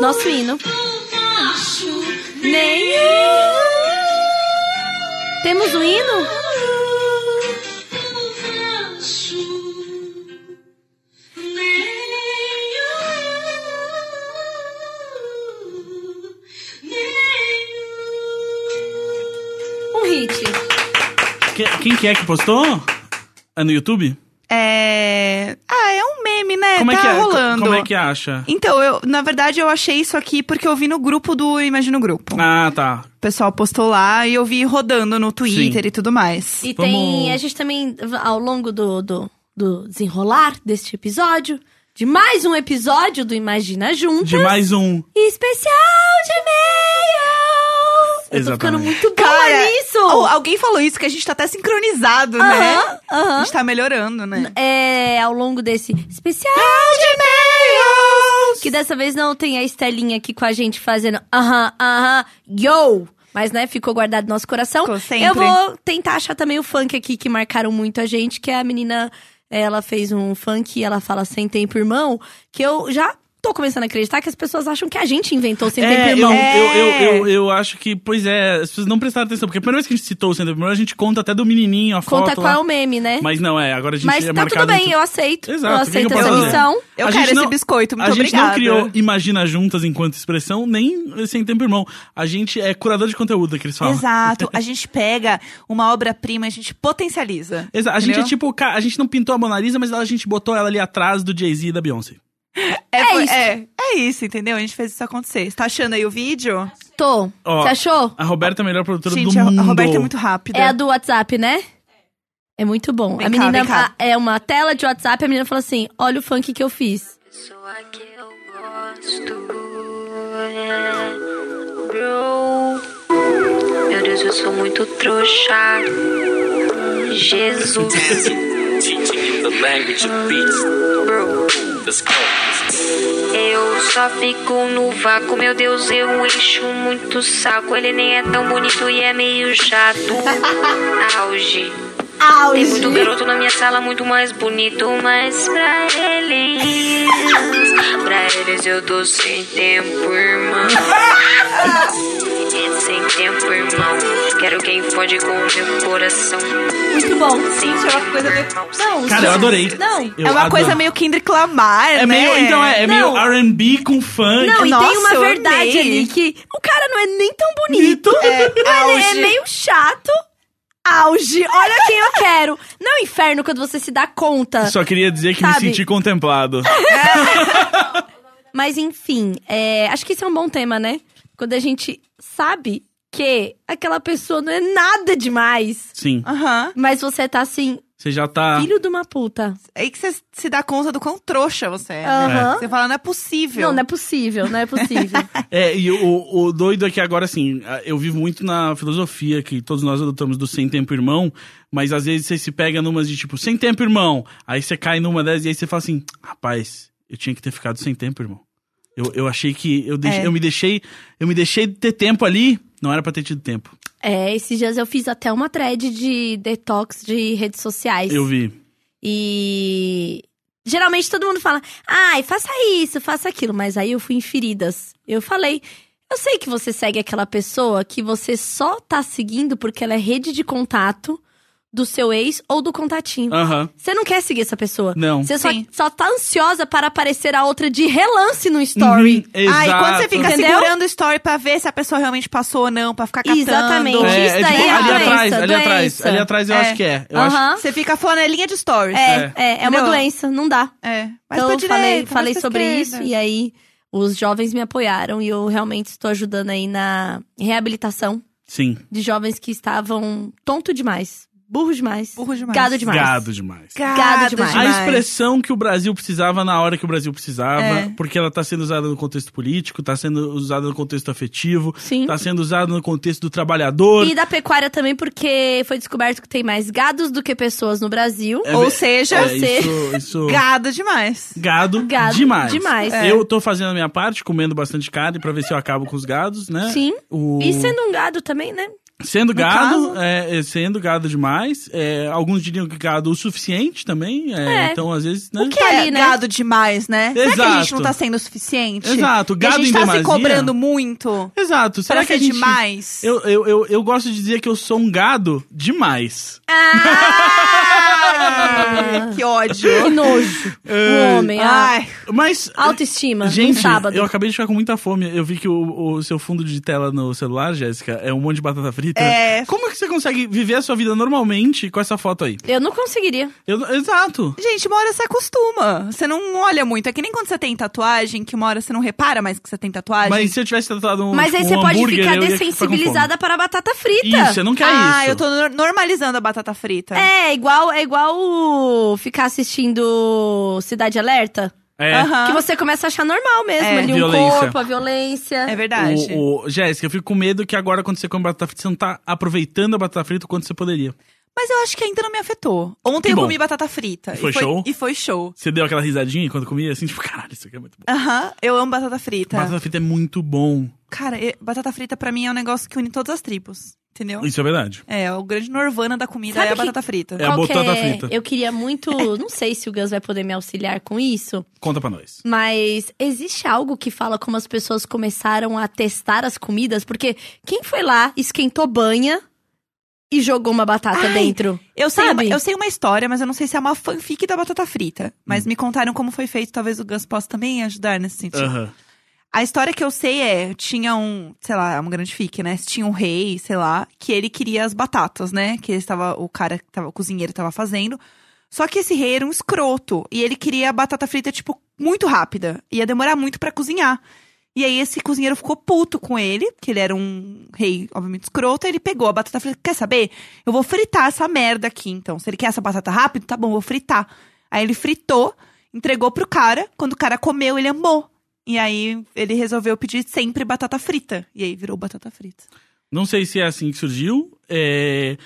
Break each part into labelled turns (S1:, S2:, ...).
S1: Nosso hino. Nenhum. Temos um hino? Um hit.
S2: Que- Quem que é que postou? É no YouTube?
S3: É. Ah, é um meme, né?
S2: como
S3: tá
S2: é que é?
S3: rolando.
S2: Como é que acha?
S3: Então, eu, na verdade, eu achei isso aqui porque eu vi no grupo do Imagino Grupo.
S2: Ah, tá.
S3: O pessoal postou lá e eu vi rodando no Twitter e tudo mais.
S1: E
S2: Vamos-
S1: tem. A gente também, ao longo do, do, do desenrolar deste episódio, de mais um episódio do Imagina Juntas.
S2: De mais um.
S1: Especial de e-mails! Eu tô ficando
S2: Exatamente.
S1: muito boa
S3: Cara,
S1: nisso!
S3: Oh, alguém falou isso, que a gente tá até sincronizado, né?
S1: Aham,
S3: A
S1: aham.
S3: gente tá melhorando, né?
S1: É, ao longo desse especial Que dessa vez não tem a Estelinha aqui com a gente fazendo aham, aham, yo! Mas, né, ficou guardado no nosso coração.
S3: Ficou sempre.
S1: Eu vou tentar achar também o funk aqui que marcaram muito a gente, que é a menina. Ela fez um funk e ela fala sem tempo, irmão, que eu já tô começando a acreditar que as pessoas acham que a gente inventou sem tempo,
S2: É, eu,
S1: irmão.
S2: eu, eu, eu, eu acho que, pois é, as pessoas não prestaram atenção, porque a primeira vez que a gente citou o Sandro Primeiro, a gente conta até do menininho, a
S1: Conta
S2: foto
S1: qual
S2: lá.
S1: é o meme, né?
S2: Mas não, é, agora a gente
S1: Mas
S2: é
S1: tá
S2: marcado...
S1: tudo bem, eu aceito.
S2: Exato,
S1: eu
S2: o que que eu
S1: aceito
S2: posso
S1: essa
S2: fazer?
S1: missão.
S3: Eu
S2: A
S3: quero
S2: gente
S3: esse
S2: não-
S3: biscoito, muito
S2: a gente
S3: obrigada.
S2: não criou Imagina Juntas enquanto expressão, nem Sem Tempo Irmão. A gente é curador de conteúdo, que eles falam.
S3: Exato. A gente pega uma obra-prima e a gente potencializa.
S2: Exa- A gente é
S3: Entendeu?
S2: tipo, ca- a gente não pintou a Mona Lisa, mas a gente botou ela ali atrás do Jay-Z e da Beyoncé.
S3: É,
S1: É
S3: foi-
S1: isso.
S3: É, é isso, entendeu? A gente fez isso acontecer. Você tá achando aí o vídeo?
S1: Tô.
S2: Ó,
S1: Você achou?
S2: A Roberta é a melhor produtora
S3: gente,
S2: do
S3: a,
S2: mundo.
S3: a Roberta é muito rápida.
S1: É a do WhatsApp, né? É muito bom.
S3: Vem
S1: a
S3: cá,
S1: menina
S3: vem cá.
S1: a- é uma tela de WhatsApp, a menina falou assim: olha o funk que eu fiz.
S4: Pessoa que eu gosto é Bro Meu Deus, eu sou muito trouxa Jesus
S5: Teaching the language of beats.
S4: Bro
S5: Let's go.
S4: Eu só fico no vácuo Meu Deus, eu encho muito o saco Ele nem é tão bonito e é meio chato Auge Tem muito garoto na minha sala, muito mais bonito, mas pra eles, pra eles eu tô sem tempo, irmão. sem tempo, irmão. Quero quem fode com o meu coração.
S1: Muito bom.
S4: Sem
S3: Gente, é uma coisa meio-
S4: tempo, irmão.
S1: Não,
S2: Cara, eu adorei.
S1: Não.
S2: Eu
S3: é uma
S2: adoro.
S3: coisa meio Kendrick Lamar,
S2: É
S3: né?
S2: meio, então é, é meio
S1: Não.
S2: R&B com funk.
S1: Não, e tem
S3: Nossa,
S1: uma
S3: eu
S1: verdade
S3: amei.
S1: ali que o cara não é nem tão bonito. mas ele é
S3: auge.
S1: meio chato. Auge, olha quem eu quero. Não é um inferno quando você se dá conta.
S2: Só queria dizer que
S1: Sabe?
S2: me senti contemplado.
S1: Mas enfim, é, acho que isso é um bom tema, né? Quando a gente sabe que aquela pessoa não é nada demais.
S2: Sim,
S3: Aham.
S1: Mas você tá assim,
S2: você já tá...
S1: filho de uma puta.
S3: É aí que você se dá conta do quão trouxa você é. né?
S1: Aham.
S3: Você fala, não é possível.
S1: Não, não é possível, não é possível.
S2: É, e o, o doido é que agora, assim, a- eu vivo muito na filosofia que todos nós adotamos do sem tempo irmão, mas às vezes você se pega numas de tipo, sem tempo irmão, aí você cai numa dessas e aí você fala assim, rapaz, eu tinha que ter ficado sem tempo, irmão. Eu, eu achei que eu, deixei,
S3: É.
S2: eu me deixei, eu me deixei de ter tempo ali, não era pra ter tido tempo.
S1: é, esses dias eu fiz até uma thread de detox de redes sociais.
S2: Eu vi.
S1: E. Geralmente todo mundo fala, ai, faça isso, faça aquilo. Mas aí eu fui em feridas. Eu falei, eu sei que você segue aquela pessoa que você só tá seguindo porque ela é rede de contato do seu ex ou do contatinho.
S2: Aham.
S1: Você não quer seguir essa pessoa.
S2: Ah. Não.
S1: Você só,
S3: Sim.
S1: só tá ansiosa para aparecer a outra de relance no story.
S2: Uhum,
S3: Ah,
S2: exato.
S3: e quando você fica
S1: é Entendeu?
S3: segurando o story pra ver se a pessoa realmente passou ou não, pra ficar catando.
S1: Exatamente.
S2: É,
S1: Isso
S2: é,
S1: daí
S2: tipo,
S1: é
S2: ali
S1: doença,
S2: atrás, ali
S1: doença.
S2: atrás, ali atrás eu
S3: É.
S2: acho que é. Eu acho
S1: Aham.
S3: Você fica flanelinha de stories.
S1: É, é, é uma
S3: Entendeu?
S1: doença, não dá.
S3: É. Mas
S1: Então
S3: pra
S1: eu
S3: direita,
S1: falei,
S3: mais
S1: falei
S3: pra
S1: sobre isso
S3: esquerda.
S1: e aí os jovens me apoiaram e eu realmente estou ajudando aí na reabilitação
S2: sim.
S1: de jovens que estavam tonto demais, Burro demais.
S3: Burro demais.
S1: Gado É demais.
S2: Gado demais.
S1: Gado demais.
S2: A expressão que o Brasil precisava na hora que o Brasil precisava,
S3: É.
S2: porque ela tá sendo usada no contexto político, tá sendo usada no contexto afetivo,
S1: Sim.
S2: tá sendo usada no contexto do trabalhador.
S1: E da pecuária também, porque foi descoberto que tem mais gados do que pessoas no Brasil.
S2: É
S3: Ou
S2: ve-
S3: seja,
S2: É,
S1: você-
S2: isso, isso...
S3: gado demais.
S2: Gado,
S1: Gado
S2: demais.
S1: demais.
S2: É. Eu tô fazendo a minha parte, comendo bastante carne pra ver se eu acabo com os gados, né?
S1: Sim.
S2: O-
S1: E sendo um gado também, né?
S2: Sendo
S3: No
S2: gado,
S3: caso-
S2: é, é, sendo gado demais. é, alguns diriam que gado o suficiente também. é,
S1: É.
S2: Então, às vezes, né?
S3: O que
S1: Tá
S3: é
S1: ali, né?
S3: gado demais, né? Será que a gente não
S2: Exato.
S3: tá sendo o suficiente?
S2: Exato,
S3: E a
S2: gado
S3: gente
S2: em
S3: tá
S2: demasia.
S3: se cobrando muito?
S2: Exato. Será
S3: pra
S2: que a
S3: ser
S2: gente...
S3: demais?
S2: Eu, eu, eu, eu gosto de dizer que eu sou um gado demais.
S3: Ah, que ódio.
S1: Que nojo. o homem. a
S3: Ai,
S2: Mas...
S1: Autoestima. num
S2: É. Gente,
S1: um sábado.
S2: eu acabei de ficar com muita fome. Eu vi que o, o seu fundo de tela no celular, Jéssica, é um monte de batata frita.
S3: É.
S2: Como é que você consegue viver a sua vida normalmente com essa foto aí?
S1: Eu não conseguiria.
S2: Eu- exato.
S3: gente, uma hora você acostuma. Você não olha muito. É que nem quando você tem tatuagem, que uma hora você não repara mais que você tem tatuagem.
S2: Mas se eu tivesse tratado um
S1: Mas aí
S2: tipo,
S1: você
S2: um
S1: pode
S2: hambúrguer,
S1: ficar
S2: eu ia com fome.
S1: dessensibilizada para a batata frita.
S2: Isso, eu não quero
S3: ah,
S2: isso.
S3: eu tô nor- normalizando a batata frita.
S1: É, igual, é igual o ficar assistindo Cidade Alerta.
S2: É.
S3: Aham.
S1: Que você começa a achar normal mesmo.
S3: É.
S1: Ali
S2: Violência.
S1: um corpo, a violência.
S3: É
S1: Tá,
S3: verdade.
S2: O, o- Jéssica, eu fico com medo que agora quando você come batata frita, você não tá aproveitando a batata frita o quanto você poderia.
S3: Mas eu acho que ainda não me afetou. Ontem
S2: Que
S3: eu
S2: bom.
S3: comi batata frita.
S2: E foi show?
S3: E foi show.
S2: Você deu aquela risadinha enquanto comia, assim, tipo, caralho, isso aqui é muito bom.
S3: Aham, eu amo batata frita.
S1: Tá.
S2: Batata frita é muito bom.
S3: Cara, e- batata frita pra mim é um negócio que une todas as tribos, entendeu?
S2: Isso é verdade.
S3: É, o grande nirvana da comida
S1: Sabe
S3: é a
S1: que-
S3: batata frita.
S2: É a
S1: Qual que
S2: batata
S1: é?
S2: frita.
S1: Eu queria muito. Não sei se o Gus vai poder me auxiliar com isso,
S2: Conta pra nós.
S1: mas existe algo que fala como as pessoas começaram a testar as comidas? Porque quem foi lá, esquentou banha e jogou uma batata
S3: Ai,
S1: dentro?
S3: Eu sei,
S1: Sabe?
S3: uma, eu sei uma história, mas eu não sei se é uma fanfic da batata frita. Mas me contaram como foi feito, talvez o Gus possa também ajudar nesse sentido.
S2: Aham.
S3: A história que eu sei é, tinha um, sei lá, é uma grande fique, né? Tinha um rei, sei lá, que ele queria as batatas, né? Que ele estava, o cara, que tava, o cozinheiro estava fazendo. Só que esse rei era um escroto e ele queria a batata frita tipo muito rápida, ia demorar muito pra cozinhar. E aí esse cozinheiro ficou puto com ele, que ele era um rei, obviamente escroto, aí ele pegou a batata frita, quer saber? Eu vou fritar essa merda aqui, então. Se ele quer essa batata rápido, tá bom, eu vou fritar. Aí ele fritou, entregou pro cara, quando o cara comeu, ele amou. E aí ele resolveu pedir sempre batata frita. E aí virou batata frita.
S2: Não sei se é assim que surgiu. é,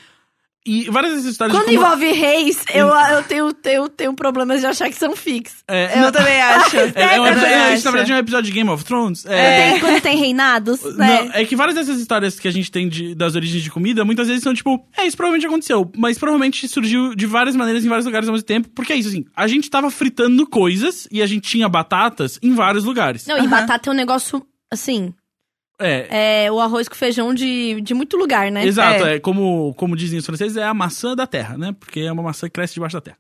S2: E várias dessas histórias
S1: Quando
S2: de como... Hum.
S1: envolve reis, eu, eu tenho, tenho, tenho problemas de achar que são fix.
S2: É,
S3: Eu também acho.
S2: é, é um
S3: Eu
S2: episódio-
S3: também
S2: é,
S3: acho.
S2: isso, na verdade, é um episódio de Game of Thrones.
S1: Quando
S2: É.
S1: tem- Quando tem reinados, né?
S2: Não, é que várias dessas histórias que a gente tem de- das origens de comida, muitas vezes são tipo, é, isso provavelmente aconteceu, mas provavelmente surgiu de várias maneiras em vários lugares ao mesmo tempo, porque é isso, assim, a gente tava fritando coisas e a gente tinha batatas em vários lugares.
S1: Não, e
S3: Aham.
S1: batata é um negócio, assim,
S2: É,
S1: é o arroz com feijão de, de muito lugar, né?
S2: exato, é, como, como dizem os franceses, é a maçã da terra, né? Porque é uma maçã que cresce debaixo da terra.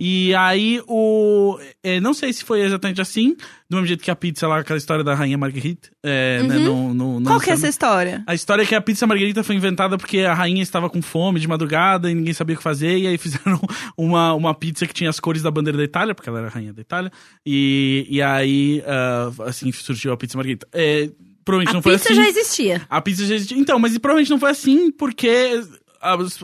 S2: E aí, o. é, não sei se foi exatamente assim, do mesmo jeito que a pizza lá, aquela história da rainha Marguerite. É, né, não, não, não
S3: Qual que é essa
S2: necessariamente-
S3: história?
S2: A história é que a pizza margarita foi inventada porque a rainha estava com fome de madrugada e ninguém sabia o que fazer, e aí fizeram uma, uma pizza que tinha as cores da bandeira da Itália, porque ela era a rainha da Itália, e, e aí, ah, assim, surgiu a pizza margarita. É, provavelmente
S1: A
S2: não foi
S1: pizza
S2: assim.
S1: já existia.
S2: A pizza já existia. Então, mas provavelmente não foi assim porque as,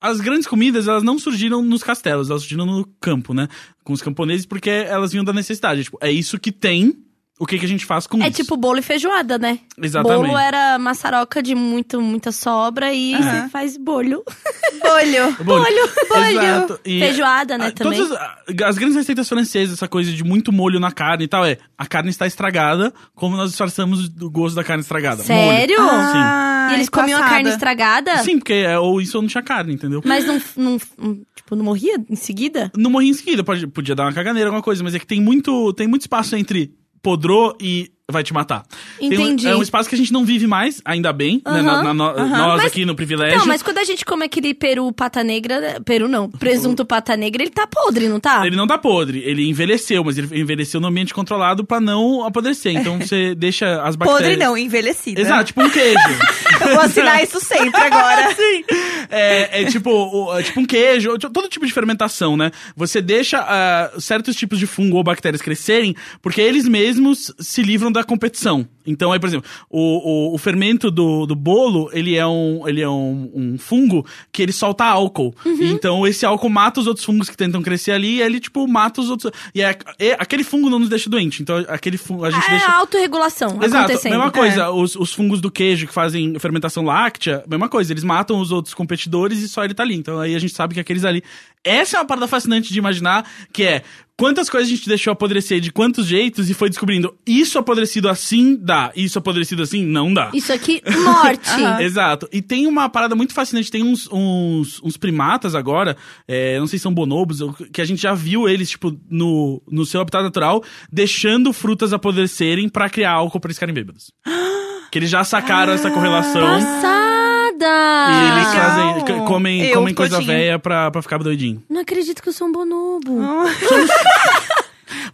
S2: as grandes comidas, elas não surgiram nos castelos, elas surgiram no campo, né? Com os camponeses, porque elas vinham da necessidade. Tipo, é isso que tem, o que, que a gente faz com
S1: É
S2: isso?
S1: tipo bolo e feijoada, né?
S2: Exatamente.
S1: Bolo era maçaroca de muito, muita sobra e
S3: Aham.
S1: você faz bolho.
S3: Bolho.
S2: Bolho.
S1: bolho.
S2: Exato. E-
S1: Feijoada, né,
S2: Ah,
S1: também.
S2: Todas as, as grandes receitas francesas, essa coisa de muito molho na carne e tal, é a carne está estragada, como nós disfarçamos do gosto da carne estragada.
S1: Sério?
S2: Molho. Ah,
S3: Ah,
S1: e eles
S3: então
S1: comiam a carne estragada,
S2: Sim. Sim, porque é, ou isso ou não tinha carne, entendeu?
S1: mas não, não, não- tipo, não morria em seguida?
S2: Não morri em seguida, pode- podia dar uma caganeira, alguma coisa, mas é que tem muito, tem muito espaço entre podrô e vai te matar. Tem um-
S1: Entendi.
S2: é um espaço que a gente não vive mais, ainda bem, né, na- na- na- nós
S1: Mas-
S2: aqui no privilégio.
S1: Não, mas quando a gente come aquele peru pata negra, peru não, presunto pata negra, ele tá podre, não tá?
S2: Ele não tá podre, ele envelheceu, mas ele envelheceu no ambiente controlado pra não apodrecer. Então você deixa as bactérias.
S3: Podre não, envelhecida.
S2: Exato, tipo um queijo.
S3: né? Eu vou assinar isso sempre agora.
S2: é, é tipo, o- é tipo um queijo, ou t- todo tipo de fermentação, né? Você deixa ah, certos tipos de fungo ou bactérias crescerem porque eles mesmos se livram da competição. Então, aí, por exemplo, o, o, o fermento do, do bolo, ele é, um, ele é um, um fungo que ele solta álcool.
S3: Uhum.
S2: Então, esse álcool mata os outros fungos que tentam crescer ali e ele, tipo, mata os outros. E, é- e aquele fungo não nos deixa doente. Então, aquele fungo.
S3: Ah,
S2: A gente
S1: É
S2: deixa.
S1: a autorregulação
S2: Exato,
S1: acontecendo. é.
S2: mesma coisa. Os, os fungos do queijo que fazem fermentação láctea, mesma coisa. Eles matam os outros competidores e só ele tá ali. Então aí a gente sabe que aqueles ali. Essa é uma parada fascinante de imaginar, que é quantas coisas a gente deixou apodrecer de quantos jeitos e foi descobrindo isso apodrecido assim dá, isso apodrecido assim não dá.
S1: Isso aqui, morte.
S3: Aham.
S2: Exato. E tem uma parada muito fascinante. Tem uns, uns, uns primatas agora, é, não sei se são bonobos, ou que a gente já viu eles, tipo, no, no seu habitat natural, deixando frutas apodrecerem pra criar álcool pra eles ficarem bêbados. que eles já sacaram essa correlação. Uhum. E
S1: Passada!
S2: eles
S3: legal.
S2: fazem, c- comem,
S3: Eu,
S2: comem coisa
S3: todinho.
S2: velha pra, pra ficar doidinho.
S1: Não acredito que eu sou um bonobo.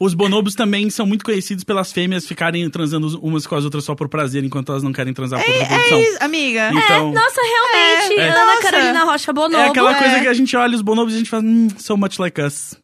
S2: Os bonobos também são muito conhecidos pelas fêmeas ficarem transando umas com as outras só por prazer, enquanto elas não querem transar por reprodução.
S3: É isso, amiga.
S2: E- Então-
S1: é, nossa, realmente.
S3: É, é.
S1: Ana
S3: Nossa.
S1: Carolina Rocha Bonobo.
S2: É aquela
S3: é.
S2: coisa que a gente olha os bonobos e a gente fala, hum, so much like us.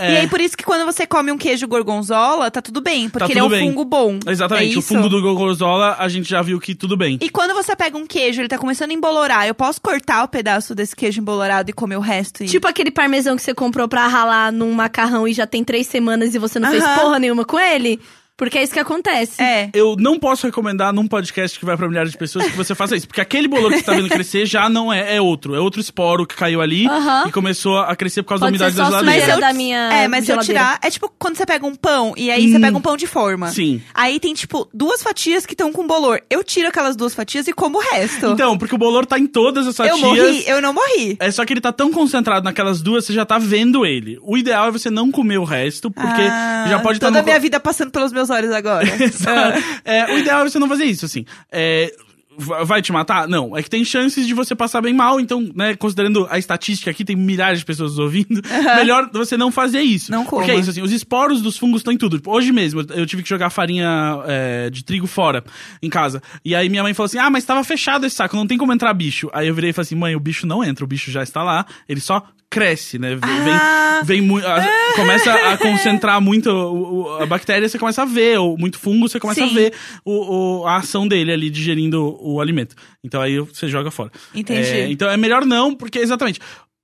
S3: E aí, por isso que quando você come um queijo gorgonzola, tá tudo bem, porque
S2: é. Tá
S3: ele é um
S2: tudo bem.
S3: fungo bom.
S2: Exatamente.
S3: É
S2: o
S3: isso?
S2: fungo do gorgonzola, a gente já viu que tudo bem.
S3: E quando você pega um queijo, ele tá começando a embolorar, eu posso cortar o pedaço desse queijo embolorado e comer o resto? E...
S1: Tipo aquele parmesão que você comprou pra ralar num macarrão e já tem três semanas e você não fez
S3: Aham.
S1: porra nenhuma com ele? Porque é isso que acontece.
S3: é.
S2: Eu não posso recomendar num podcast que vai pra milhares de pessoas que você faça isso. Porque aquele bolo que você tá vendo crescer já não é, é outro. É outro esporo que caiu ali
S1: Aham.
S2: e começou a crescer por causa
S1: Pode
S2: da umidade
S1: ser
S2: da
S1: só
S2: geladeira.
S1: sujeira.
S3: Mas eu,
S1: da minha
S3: é, mas se eu
S1: geladeira.
S3: tirar. É tipo quando você pega um pão e aí você pega um pão de forma.
S2: Sim.
S3: Aí tem, tipo, duas fatias que estão com bolor. Eu tiro aquelas duas fatias e como o resto.
S2: Então, porque o bolor tá em todas as
S3: eu
S2: fatias.
S3: morri, eu não morri.
S2: É só que ele tá tão concentrado naquelas duas, você já tá vendo ele. O ideal é você não comer o resto, É, porque
S3: Ah,
S2: já pode estar
S3: Toda
S2: tá
S3: a minha vida passando pelos meus olhos agora.
S2: Exato. É, o ideal é você não fazer isso, assim. É, va- vai te matar? Não. É que tem chances de você passar bem mal, então, né, considerando a estatística aqui, tem milhares de pessoas ouvindo, melhor você não fazer isso.
S3: Não
S2: Porque é
S3: coma.
S2: isso, assim, os esporos dos fungos estão em tudo. Tipo, Hoje mesmo, eu- eu tive que jogar farinha é, de trigo fora, em casa. E aí minha mãe falou assim, ah, mas tava fechado esse saco, não tem como entrar bicho. Aí eu virei e falei assim, mãe, o bicho não entra, o bicho já está lá, ele só cresce, né, vem, vem-
S3: Ah.
S2: vem muito. Começa a concentrar muito o- o- a bactéria, você começa a ver, ou muito fungo, você começa a
S3: Sim.
S2: ver o, o- a ação dele ali digerindo o alimento. Então aí você joga fora.
S3: Entendi.
S2: É, então é melhor não, porque exatamente.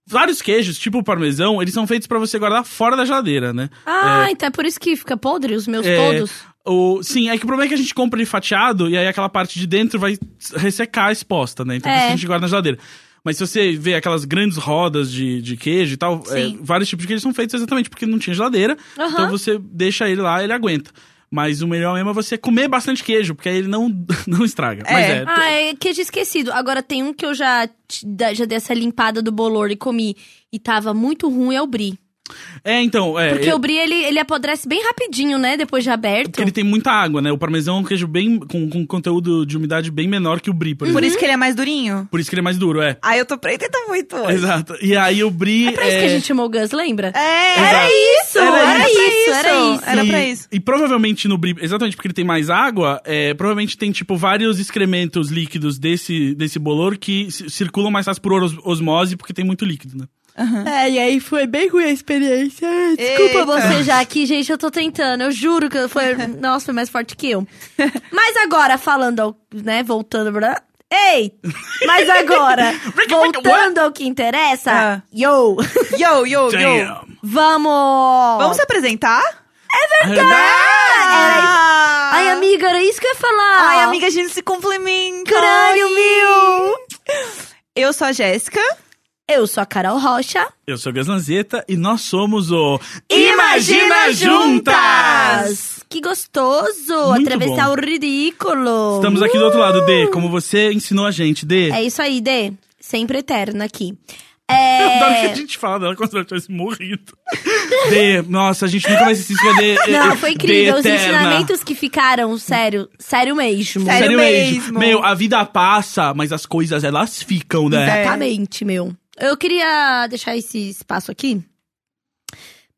S2: Vários queijos, tipo o parmesão, eles são feitos pra você guardar fora da geladeira, né?
S1: Ah, então é por isso que fica podre os meus
S2: É,
S1: todos.
S2: O, sim, é que o problema é que a gente compra ele fatiado e aí aquela parte de dentro vai ressecar exposta, né? Então por
S1: É.
S2: isso a gente guarda na geladeira. Mas se você vê aquelas grandes rodas de, de queijo e tal, é,
S3: Sim.
S2: vários tipos de queijo são feitos exatamente porque não tinha geladeira.
S1: Aham.
S2: Então você deixa ele lá, ele aguenta. Mas o melhor mesmo é você comer bastante queijo, porque aí ele não, não estraga. Mas
S3: É.
S2: é.
S1: Ah, é queijo esquecido. Agora tem um que eu já, te- da- já dei essa limpada do bolor e comi. E tava muito ruim, é o brie.
S2: É, então. É,
S1: Porque
S2: é-
S1: o brie, ele, ele apodrece bem rapidinho, né? Depois de aberto.
S2: porque ele tem muita água, né? O parmesão é um queijo bem. com, com conteúdo de umidade bem menor que o brie, por
S3: Por
S1: Uhum.
S2: exemplo.
S3: isso que ele é mais durinho.
S2: Por isso que ele é mais duro, é.
S3: Ai, eu tô preta e tô muito. hoje.
S2: Exato. E aí o brie.
S1: É pra isso que a gente chamou o Gus, lembra?
S3: É,
S1: Era isso, era,
S3: era pra
S1: isso,
S3: isso,
S1: era isso.
S3: Era
S2: E-
S3: pra isso.
S2: E provavelmente no brie, exatamente porque ele tem mais água, é, provavelmente tem, tipo, vários excrementos líquidos desse, desse bolor que ci- circulam mais fácil por os- osmose, porque tem muito líquido, né?
S1: É, e aí foi bem ruim a experiência. Ai, Desculpa
S3: Eita.
S1: você já aqui, gente, eu tô tentando. Eu juro que foi. Nossa, foi mais forte que eu. Mas agora, falando ao. né, voltando. pra- Ei! Mas agora, voltando ao que interessa,
S3: Ah.
S1: yo!
S3: Yo, yo, yo.
S2: Damn.
S1: Vamos!
S3: Vamos se apresentar?
S1: era
S3: Ah,
S1: Ai, amiga, era isso que eu ia falar!
S3: Ai, amiga, a gente se complementa.
S1: Caralho,
S3: Ai. meu. Eu sou a Jéssica.
S1: Eu sou a Carol Rocha.
S2: Eu sou o Gaslanzeta e nós somos o
S3: Imagina Juntas!
S1: Que gostoso!
S2: Muito
S1: atravessar o
S2: bom.
S1: ridículo!
S2: Estamos aqui do outro lado, Dê, como você ensinou a gente, Dê.
S1: É isso aí, Dê. Sempre eterna aqui.
S2: Eu adoro que a
S1: É...
S2: gente fala dela como se ela tivesse morrido. Dê, nossa, a gente nunca vai se esquecer. Dê, é-
S1: Não,
S2: é-
S1: foi incrível.
S2: Dê
S1: Os
S2: eterna.
S1: ensinamentos que ficaram, sério, sério mesmo.
S3: Sério mesmo.
S2: Meu, a vida passa, mas as coisas elas ficam, né?
S3: É.
S1: Exatamente, meu. Eu queria deixar esse espaço aqui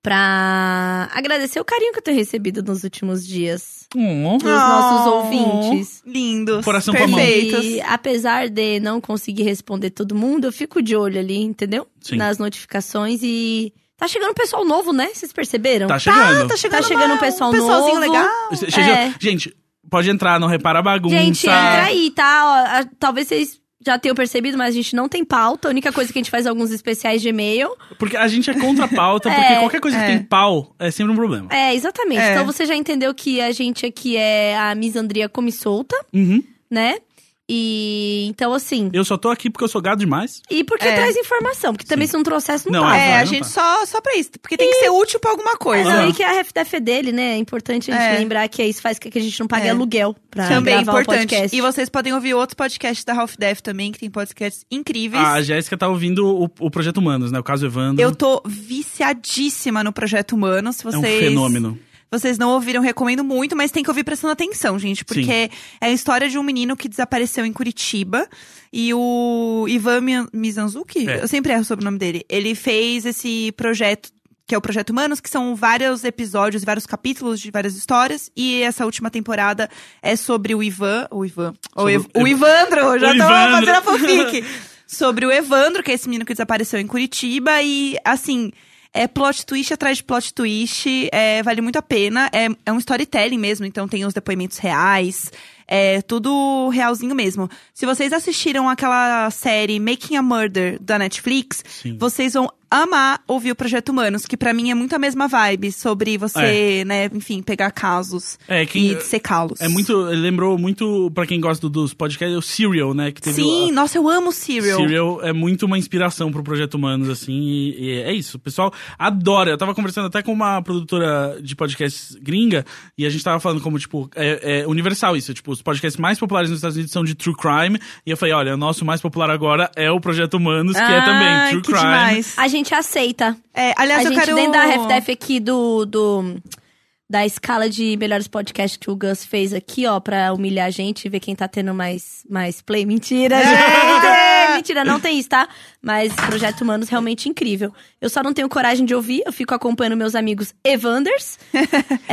S1: pra agradecer o carinho que eu tenho recebido nos últimos dias
S2: Hum.
S1: dos
S3: Oh.
S1: nossos ouvintes.
S3: Lindos.
S2: Coração com a mão.
S3: perfeitos.
S1: E apesar de não conseguir responder todo mundo, eu fico de olho ali, entendeu?
S2: Sim.
S1: Nas notificações e. Tá chegando pessoal novo, né? Vocês perceberam?
S2: Tá chegando.
S3: Ah, tá chegando,
S1: Tá chegando
S3: uma-
S1: um pessoal
S3: um pessoalzinho
S1: novo.
S3: legal.
S2: Che- chegou-
S1: É.
S2: Gente, Pode entrar, não repara a bagunça.
S1: Gente, entra aí, tá? Ó, a- talvez vocês já tenham percebido, mas a gente não tem pauta. A única coisa que a gente faz é alguns especiais de e-mail.
S2: Porque a gente é contra a pauta,
S1: É,
S2: porque qualquer coisa
S3: é.
S2: que tem pau é sempre um problema.
S1: É, exatamente.
S3: É.
S1: Então você já entendeu que a gente aqui é a misandria come solta,
S2: Uhum.
S1: né? E então, assim.
S2: Eu só tô aqui porque eu sou gado demais.
S1: E porque
S3: É.
S1: traz informação, porque também se não trouxesse, não,
S2: Não,
S1: tava.
S2: é,
S3: É,
S2: vai,
S3: a
S2: não
S3: gente
S2: tá.
S3: só, só pra isso. Porque tem que ser útil pra alguma
S1: Mas
S3: coisa.
S2: Aham.
S1: aí que a RFDF é dele, né? É importante a gente
S3: É.
S1: lembrar que isso faz com que a gente não pague
S3: É.
S1: aluguel pra
S3: Também é
S1: gravar o
S3: importante.
S1: podcast.
S3: E vocês podem ouvir outros podcasts da Half Death também, que tem podcasts incríveis.
S2: A Jéssica tá ouvindo o, o Projeto Humanos, né? O caso Evandro.
S3: Eu tô viciadíssima no Projeto Humano. Se
S2: É um
S3: vocês.
S2: fenômeno.
S3: Vocês não ouviram, recomendo muito, mas tem que ouvir prestando atenção, gente, porque é a história de um menino que desapareceu em Curitiba e o Ivan Mi- Mizanzuki,
S2: É.
S3: eu sempre erro sobre o nome dele, ele fez esse projeto que é o Projeto Humanos, que são vários episódios, vários capítulos de várias histórias. E essa última temporada é sobre o Ivan. O Ivan. O,
S2: Sobre
S3: Ev-
S2: o-
S3: o Ivandro! Já
S2: O
S3: tava
S2: Ivandro.
S3: fazendo a fanfic. sobre o Evandro, que é esse menino que desapareceu em Curitiba. E, assim, é plot twist atrás de plot twist. é, vale muito a pena. É, é um storytelling mesmo, então tem os depoimentos reais. É tudo realzinho mesmo. Se vocês assistiram aquela série Making a Murder da Netflix,
S2: Sim.
S3: vocês vão amar ouvir o Projeto Humanos, que pra mim é muito a mesma vibe sobre você, né, enfim, pegar casos
S2: É, quem-
S3: e dissecá-los.
S2: É muito. Lembrou muito, pra quem gosta dos podcasts, o Serial, né? Que teve
S3: Sim,
S2: a-
S3: nossa, eu amo Serial.
S2: Serial é muito uma inspiração pro Projeto Humanos, assim, e, e é isso. O pessoal adora. Eu tava conversando até com uma produtora de podcasts gringa, e a gente tava falando como, tipo, é, é universal isso. Tipo, os podcasts mais populares nos Estados Unidos são de True Crime, e eu falei, olha, o nosso mais popular agora é o Projeto Humanos, que é
S3: Ai,
S2: também True
S3: que
S2: Crime.
S3: demais.
S1: A gente aceita.
S3: É, aliás,
S1: a
S3: eu
S1: gente
S3: quero...
S1: dentro da RFDF aqui do, do- da escala de melhores podcasts que o Gus fez aqui, ó, pra humilhar a gente e ver quem tá tendo mais, mais play. Mentira, gente! Mentira, não tem isso, tá? Mas Projeto Humanos realmente incrível. Eu só não tenho coragem de ouvir, eu fico acompanhando meus amigos Evanders.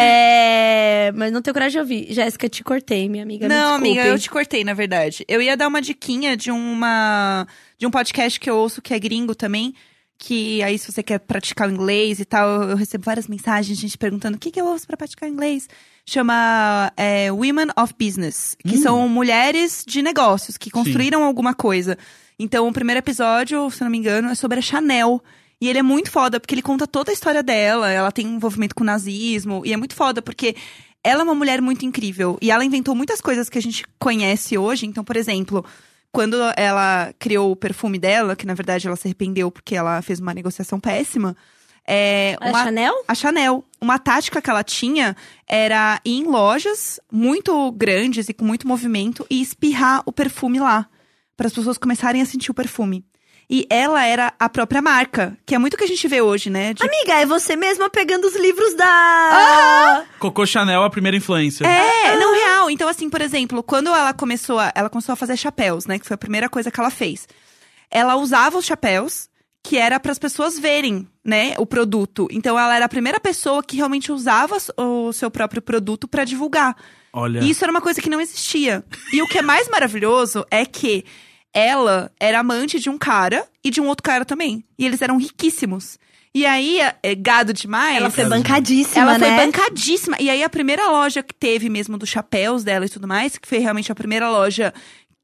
S1: É, mas não tenho coragem de ouvir. Jéssica, te cortei, minha amiga. me
S3: Não, amiga,
S1: desculpe.
S3: eu te cortei, na verdade. Eu ia dar uma diquinha de uma de um podcast que eu ouço que é gringo também, que aí se você quer praticar o inglês e tal, eu recebo várias mensagens, gente perguntando o que, que eu ouço pra praticar inglês. Chama é, Women of Business, que são mulheres de negócios que construíram alguma coisa. Então, o primeiro episódio, se eu não me engano, é sobre a Chanel. E ele é muito foda, porque ele conta toda a história dela. Ela tem um envolvimento com o nazismo. E é muito foda, porque ela é uma mulher muito incrível. E ela inventou muitas coisas que a gente conhece hoje. Então, por exemplo, quando ela criou o perfume dela, que na verdade ela se arrependeu porque ela fez uma negociação péssima. É
S1: A
S3: uma-
S1: Chanel?
S3: a Chanel. Uma tática que ela tinha era ir em lojas muito grandes e com muito movimento e espirrar o perfume lá, para as pessoas começarem a sentir o perfume. E ela era a própria marca, que é muito o que a gente vê hoje, né? De-
S1: Amiga, é você mesma pegando os livros da.
S2: Cocô Chanel é a primeira influência.
S3: É, não real. Então, assim, por exemplo, quando ela começou a, ela começou a fazer chapéus, né? Que foi a primeira coisa que ela fez. Ela usava os chapéus, que era para as pessoas verem, né? O produto. Então, ela era a primeira pessoa que realmente usava s- o seu próprio produto para divulgar.
S2: Olha.
S3: E isso era uma coisa que não existia. E o que é mais maravilhoso é que ela era amante de um cara e de um outro cara também. E eles eram riquíssimos. E aí, é, gado demais.
S1: Ela foi bancadíssima,
S3: Ela
S1: né?
S3: foi bancadíssima. E aí, a primeira loja que teve mesmo dos chapéus dela e tudo mais, que foi realmente a primeira loja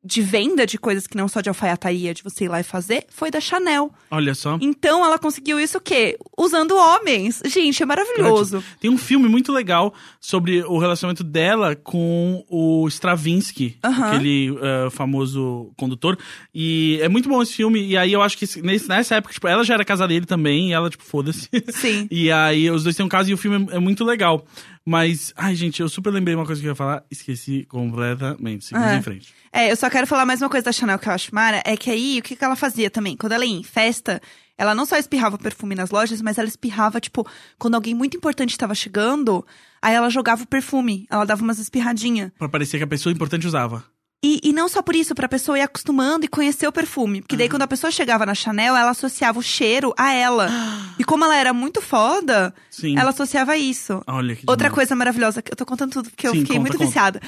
S3: de venda de coisas que não só de alfaiataria, de você ir lá e fazer, foi da Chanel.
S2: Olha só.
S3: Então, ela conseguiu isso o quê? Usando homens. Gente, é maravilhoso.
S2: Tem um filme muito legal sobre o relacionamento dela com o Stravinsky,
S3: Aham.
S2: aquele eh, famoso condutor. E é muito bom esse filme. E aí eu acho que esse- nesse- nessa época, tipo, ela já era casada dele também, e ela, tipo, foda-se.
S3: Sim.
S2: E aí os dois têm um caso e o filme é é muito legal. Mas, ai, gente, eu super lembrei uma coisa que eu ia falar, esqueci completamente. Seguimos
S3: É.
S2: em frente.
S3: É, eu só quero falar mais uma coisa da Chanel que eu acho mara, é que aí, o que, que ela fazia também? Quando ela ia em festa, ela não só espirrava perfume nas lojas, mas ela espirrava, tipo, quando alguém muito importante estava chegando, aí ela jogava o perfume, ela dava umas espirradinhas.
S2: Pra parecer que a pessoa importante usava.
S3: E, e não só por isso, pra pessoa ir acostumando e conhecer o perfume. Porque daí, quando a pessoa chegava na Chanel, ela associava o cheiro a ela. E como ela era muito foda,
S2: Sim.
S3: ela associava isso.
S2: Olha que
S3: Outra
S2: demais.
S3: coisa maravilhosa, que eu tô contando tudo, porque eu
S2: Sim,
S3: fiquei
S2: conta,
S3: muito
S2: conta.
S3: viciada.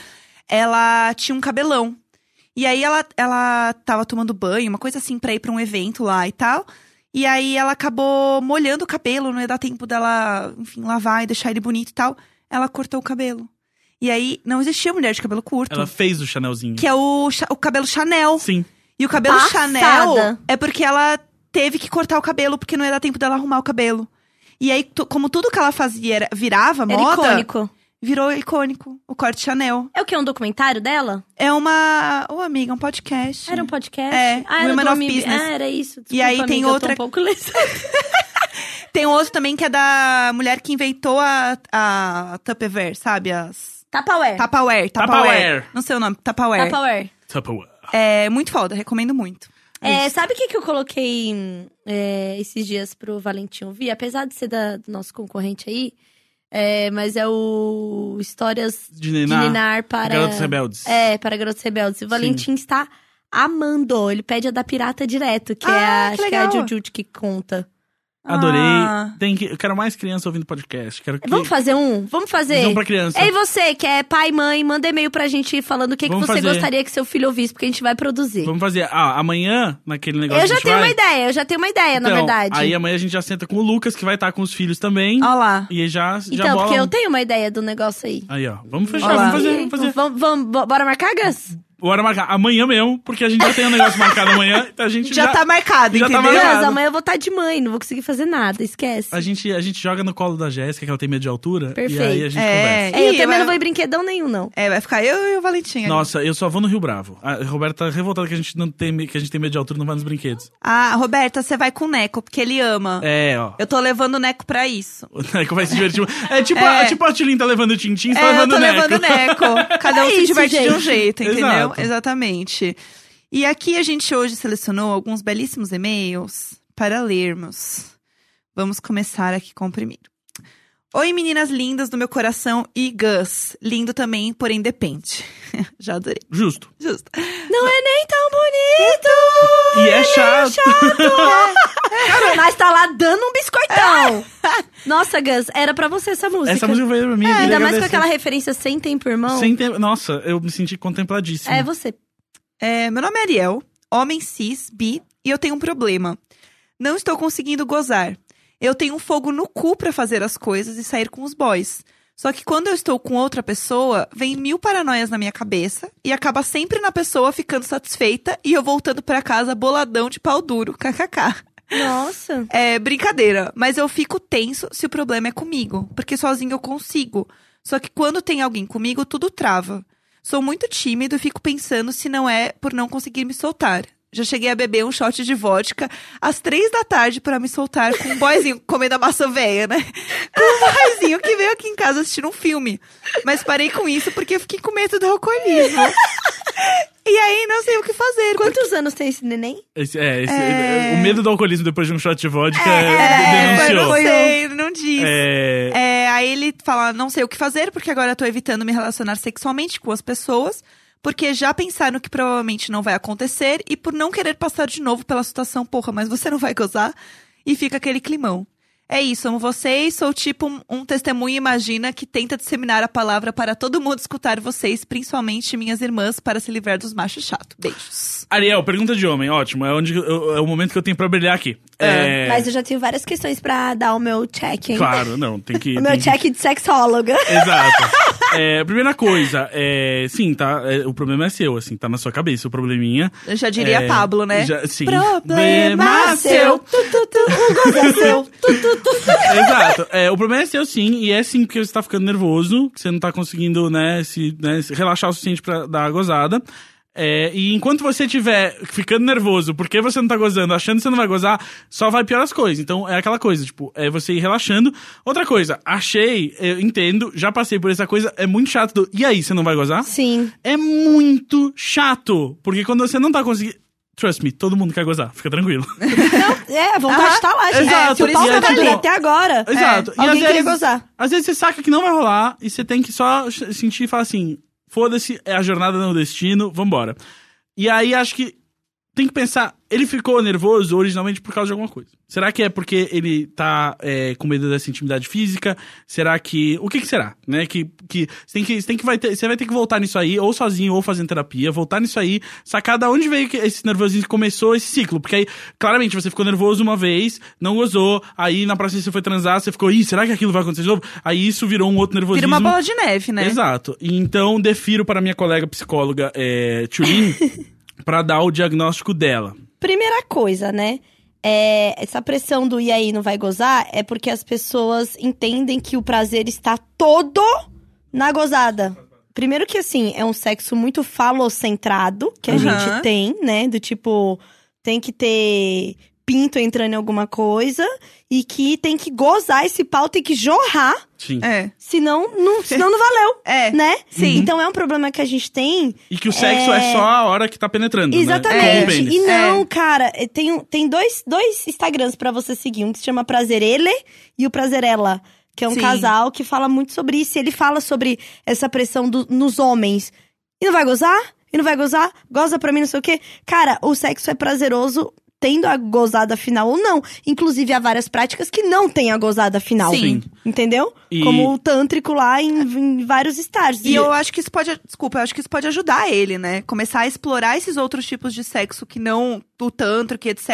S3: Ela tinha um cabelão. E aí ela, ela tava tomando banho, uma coisa assim, pra ir pra um evento lá e tal. E aí ela acabou molhando o cabelo, não ia dar tempo dela, enfim, lavar e deixar ele bonito e tal. Ela cortou o cabelo. E aí não existia mulher de cabelo curto.
S2: Ela fez o Chanelzinho.
S3: Que é o, cha- o cabelo Chanel.
S2: Sim.
S3: E o cabelo
S1: Passada.
S3: Chanel é porque ela teve que cortar o cabelo, porque não ia dar tempo dela arrumar o cabelo. E aí, tu- como tudo que ela fazia era- virava
S1: Era
S3: moda,
S1: icônico.
S3: virou icônico. O corte Chanel.
S1: É o que? Um documentário dela?
S3: É uma. Ô, amiga, um podcast.
S1: Era um podcast?
S3: É,
S1: ah, era
S3: Women
S1: do
S3: of
S1: amigo.
S3: Business.
S1: Ah, era isso. Desculpa,
S3: E aí tem
S1: amiga,
S3: outra-
S1: Eu tô um pouco lesa.
S3: Tem outro também que é da mulher que inventou a, a Tupperware, sabe? As.
S1: Tupperware.
S3: Tupperware,
S2: Tupperware.
S3: Tupperware. Não sei o nome, É. Tupperware.
S1: Tupperware.
S2: Tupperware.
S3: É muito foda, recomendo muito.
S1: É, sabe o que, que eu coloquei hum, é, esses dias pro Valentim ouvir? Apesar de ser da- do nosso concorrente aí, é, mas é o Histórias de
S2: De Nená.
S1: Ninar para.
S2: Garotos Rebeldes.
S1: É, para Garotos Rebeldes. E o Valentim está amando. Ele pede a da pirata direto, que é a,
S3: Ah, que
S1: acho que é a
S3: legal.
S1: Jujut que conta.
S2: Adorei.
S3: Ah.
S2: Tem que, eu quero mais criança ouvindo podcast. Quero que...
S1: Vamos fazer um? Vamos fazer.
S2: Visão pra criança.
S1: Ei, você que é pai, mãe, manda e-mail pra gente falando o que, que
S2: Vamos
S1: você
S2: fazer.
S1: gostaria que seu filho ouvisse, porque a gente vai produzir.
S2: Vamos fazer. Ah, amanhã, naquele negócio
S1: Eu
S2: que
S1: já
S2: a gente
S1: tenho
S2: vai...
S1: uma ideia, eu já tenho uma ideia, na
S2: Então,
S1: verdade.
S2: Aí amanhã a gente já senta com o Lucas, que vai estar com os filhos também.
S3: Olha lá.
S2: E já, já
S1: Então,
S2: bola. um.
S1: porque eu tenho uma ideia do negócio aí. Então,
S2: Aí, ó. Vamos fechar,
S3: Olha lá.
S2: vamos fazer, vamos fazer.
S1: Vamos, vamos- bo- bora marcar, Gus?
S2: Bora marcar. Amanhã mesmo, porque a gente já tem um negócio marcado amanhã. então A gente já,
S3: Já, tá marcado,
S2: já tá
S3: entendeu?
S1: Gus,
S2: marcado.
S1: amanhã eu vou estar de mãe, não vou conseguir fazer nada, esquece.
S2: A gente, a gente joga no colo da Jéssica, que ela tem medo de altura.
S1: Perfeito.
S2: E aí a gente
S3: É.
S2: conversa.
S1: É, eu
S3: Ih,
S1: também
S3: vai-
S1: não vou em brinquedão nenhum, não.
S3: É, vai ficar eu e o Valentim.
S1: É.
S3: aqui.
S2: Nossa, eu só vou no Rio Bravo. A Roberta tá revoltada que a gente não tem, me- que a gente tem medo de altura, não vai nos brinquedos.
S3: Ah, Roberta, você vai com o Neco, porque ele ama.
S2: É, ó.
S3: Eu tô levando o Neco pra isso.
S2: O Neco vai se divertir. É tipo,
S3: É.
S2: A, tipo a Tilin tá levando o Tintin, você tá
S3: é,
S2: levando
S3: eu tô
S2: o Neco.
S3: levando o Neco. Cada um
S1: É
S3: se
S1: isso,
S3: diverte de um
S1: gente.
S3: jeito, entendeu?
S2: Exato.
S3: Exatamente. E aqui a gente hoje selecionou alguns belíssimos e-mails para lermos. Vamos começar aqui com o primeiro. Oi, meninas lindas do meu coração e Gus. Lindo também, porém depende. Já adorei.
S2: Justo.
S3: Justo.
S1: Não é nem tão bonito!
S2: E é chato.
S1: Mas tá lá dando um biscoitão! Nossa, Gus, era pra você essa música.
S2: É. Essa música veio pra mim. eu queria
S1: Ainda mais com
S2: agradecer.
S1: aquela referência sem tempo, irmão.
S2: Sem tempo. Nossa, eu me senti contempladíssimo.
S1: É você.
S3: É, meu nome é Ariel, homem cis, bi, e eu tenho um problema. Não estou conseguindo gozar. Eu tenho um fogo no cu pra fazer as coisas e sair com os boys. Só que quando eu estou com outra pessoa, vem mil paranoias na minha cabeça e acaba sempre na pessoa ficando satisfeita e eu voltando pra casa boladão de pau duro, kkk.
S1: Nossa.
S3: É brincadeira, mas eu fico tenso se o problema é comigo, porque sozinho eu consigo. Só que quando tem alguém comigo, tudo trava. Sou muito tímido e fico pensando se não é por não conseguir me soltar. Já cheguei a beber um shot de vodka às três da tarde pra me soltar com um boyzinho comendo a maçã velha, né? Com um boyzinho que veio aqui em casa assistir um filme. Mas parei com isso porque eu fiquei com medo do alcoolismo. E aí não sei o que fazer.
S1: Quantos anos tem esse neném?
S2: Esse- é, esse-
S3: É.
S2: O medo do alcoolismo depois de um shot de vodka
S3: É,
S1: foi-
S3: eu
S2: denunciou.
S3: não
S1: foi-
S3: sei, não disse.
S2: É,
S3: É, aí ele fala, não sei o que fazer, porque agora eu tô evitando me relacionar sexualmente com as pessoas, porque já pensaram que provavelmente não vai acontecer, e por não querer passar de novo pela situação, porra, mas você não vai gozar, e fica aquele climão. É isso, amo vocês, sou tipo um, um testemunho imagina que tenta disseminar a palavra para todo mundo escutar vocês, principalmente minhas irmãs, para se livrar dos machos chatos. Beijos.
S2: Ariel, pergunta de homem, ótimo. É, onde, eu- é o momento que eu tenho pra brilhar aqui. É,
S1: Mas eu já tenho várias questões pra dar o meu check, hein?
S2: Claro, não, tem que.
S1: O meu
S2: tem que-
S1: check de sexóloga.
S2: Exato. É, primeira coisa, é, sim, tá? é, o problema é seu, assim, tá na sua cabeça o probleminha.
S3: Eu já diria
S2: É,
S3: Pablo, né?
S2: já- sim.
S3: Problema
S2: Mas-
S3: seu.
S1: Tu, tu, tu, o gozo é seu. Tu, tu, tu.
S2: Exato. É, o problema é seu, sim, e é sim porque você tá ficando nervoso, que você não tá conseguindo, né, se, né, se relaxar o suficiente pra dar a gozada. É, e enquanto você estiver ficando nervoso porque você não tá gozando, achando que você não vai gozar, só vai piorar as coisas. Então é aquela coisa, tipo, é você ir relaxando. Outra coisa, achei, eu entendo, já passei por essa coisa, é muito chato. do, e aí, você não vai gozar?
S1: Sim.
S2: É muito chato. Porque quando você não tá conseguindo. Trust me, todo mundo quer gozar, fica tranquilo.
S1: É, a vontade
S3: Aham.
S1: tá lá, gente.
S2: Exato.
S1: Se
S2: Por
S1: o pau
S2: isso
S1: tá
S2: que é
S1: duro
S2: tipo-
S1: até agora, É.
S2: Exato.
S1: alguém
S2: às
S1: queria
S2: vezes-
S1: gozar.
S2: Às vezes você saca que não vai rolar e você tem que só ch- sentir e falar assim: foda-se, é a jornada no destino, vambora. E aí acho que tem que pensar, ele ficou nervoso originalmente por causa de alguma coisa. Será que é porque ele tá é, com medo dessa intimidade física? Será que. O que, que será? Né? Que, que, você tem que, você tem que vai ter, você vai ter que voltar nisso aí, ou sozinho, ou fazendo terapia, voltar nisso aí, sacar da onde veio que esse nervosismo que começou esse ciclo. Porque aí, claramente, você ficou nervoso uma vez, não gozou, aí na próxima você foi transar, você ficou, ih, será que aquilo vai acontecer de novo? Aí isso virou um outro nervosismo.
S3: Vira uma bola de neve, né?
S2: Exato. Então, defiro para minha colega psicóloga é, Tulin para dar o diagnóstico dela.
S1: Primeira coisa, né? É, essa pressão do e aí não vai gozar é porque as pessoas entendem que o prazer está todo na gozada. Primeiro que, assim, é um sexo muito falocentrado que a
S3: Uhum.
S1: gente tem, né? Do tipo, tem que ter pinto entrando em alguma coisa e que tem que gozar esse pau, tem que jorrar,
S2: Sim.
S3: É.
S1: senão não, senão não valeu,
S3: É.
S1: né?
S3: Sim.
S1: Então é um problema que a gente tem
S2: E que o sexo é...
S1: É.
S2: só a hora que tá penetrando. né? é. Com o
S1: Exatamente.
S2: pênis.
S1: e não, cara, eh, tem, um- tem dois, dois Instagrams pra você seguir. Um que se chama Prazer Ele e o Prazer Ela. Que é um
S3: Sim.
S1: casal que fala muito sobre isso. E ele fala sobre essa pressão do- nos homens. E não vai gozar? E não vai gozar? Goza pra mim, não sei o quê. Cara, o sexo é prazeroso tendo a gozada final ou não. Inclusive, há várias práticas que não têm a gozada final.
S3: Sim.
S1: Entendeu?
S2: E-
S1: Como o tântrico lá em, em vários estágios.
S3: E eu acho que isso pode. Desculpa, eu acho que isso pode ajudar ele, né? Começar a explorar esses outros tipos de sexo que não. do tanto, que etc.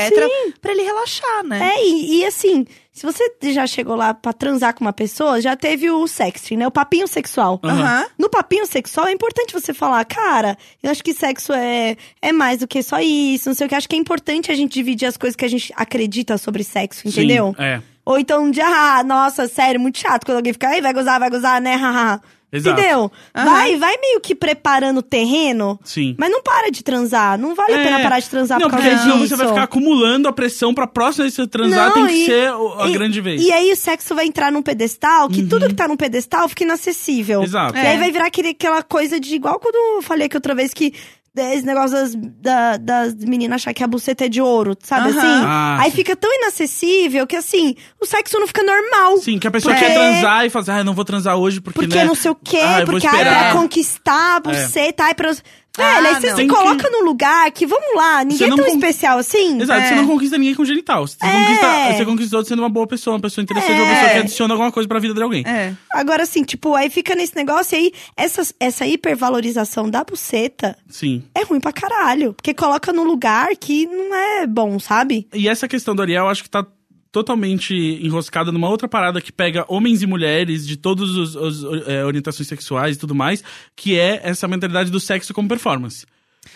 S3: Pra ele relaxar, né?
S1: É, e, e assim, se você já chegou lá pra transar com uma pessoa, já teve o sexting, né? O papinho sexual.
S2: Aham.
S1: No papinho sexual é importante você falar, cara, eu acho que sexo é, é mais do que só isso, não sei o que. Acho que é importante a gente dividir as coisas que a gente acredita sobre sexo,
S2: Sim,
S1: entendeu?
S2: É.
S1: Ou então um dia, ah, nossa, sério, muito chato quando alguém fica, aí vai gozar, vai gozar, né? haha."
S2: Exato.
S1: Entendeu?
S3: Aham.
S1: Vai, vai meio que preparando o terreno,
S2: Sim.
S1: mas não para de transar. Não vale a pena
S2: É.
S1: parar de transar
S2: não,
S1: por
S2: porque
S1: causa disso.
S2: senão você vai ficar acumulando a pressão pra próxima vez que você transar
S1: Não,
S2: tem que
S1: e-
S2: ser o- a
S1: e- é
S2: grande vez. Uhum.
S1: E aí o sexo vai entrar num pedestal que tudo que tá num pedestal fica inacessível.
S2: Exato.
S1: E
S3: É.
S1: aí vai virar aquele, aquela coisa de igual quando eu falei aqui outra vez que eh, esse negócio das, da- das meninas achar que a buceta é de ouro, sabe
S3: Aham.
S1: assim?
S2: Ah,
S1: aí
S2: sim.
S1: fica tão inacessível que assim, o sexo não fica normal.
S2: Sim, que a pessoa
S1: um Porque-
S2: quer transar e faz, ah, eu não vou transar hoje porque,
S1: Porque
S2: né?
S1: não sei o quê,
S2: Ah, eu vou
S1: porque ai, pra
S2: esperar. É.
S1: conquistar a buceta, ai pra. Velho, aí
S3: Ah,
S1: você
S3: não.
S1: se
S2: Tem que-
S1: coloca num lugar que, vamos lá, ninguém é
S2: não
S1: tão
S2: con-
S1: especial assim.
S2: Exato, você
S3: É.
S2: não conquista ninguém com genital.
S1: É.
S2: Você, conquista, você conquista outro sendo uma boa pessoa, uma pessoa interessante, uma pessoa que adiciona alguma coisa pra vida de alguém.
S3: É.
S1: Agora, assim, tipo, aí fica nesse negócio e aí essa, essa hipervalorização da buceta
S2: Sim.
S1: é ruim pra caralho. Porque coloca num lugar que não é bom, sabe?
S2: E essa questão do Ariel, eu acho que tá totalmente enroscada numa outra parada que pega homens e mulheres de todas as eh, orientações sexuais e tudo mais, que é essa mentalidade do sexo como performance.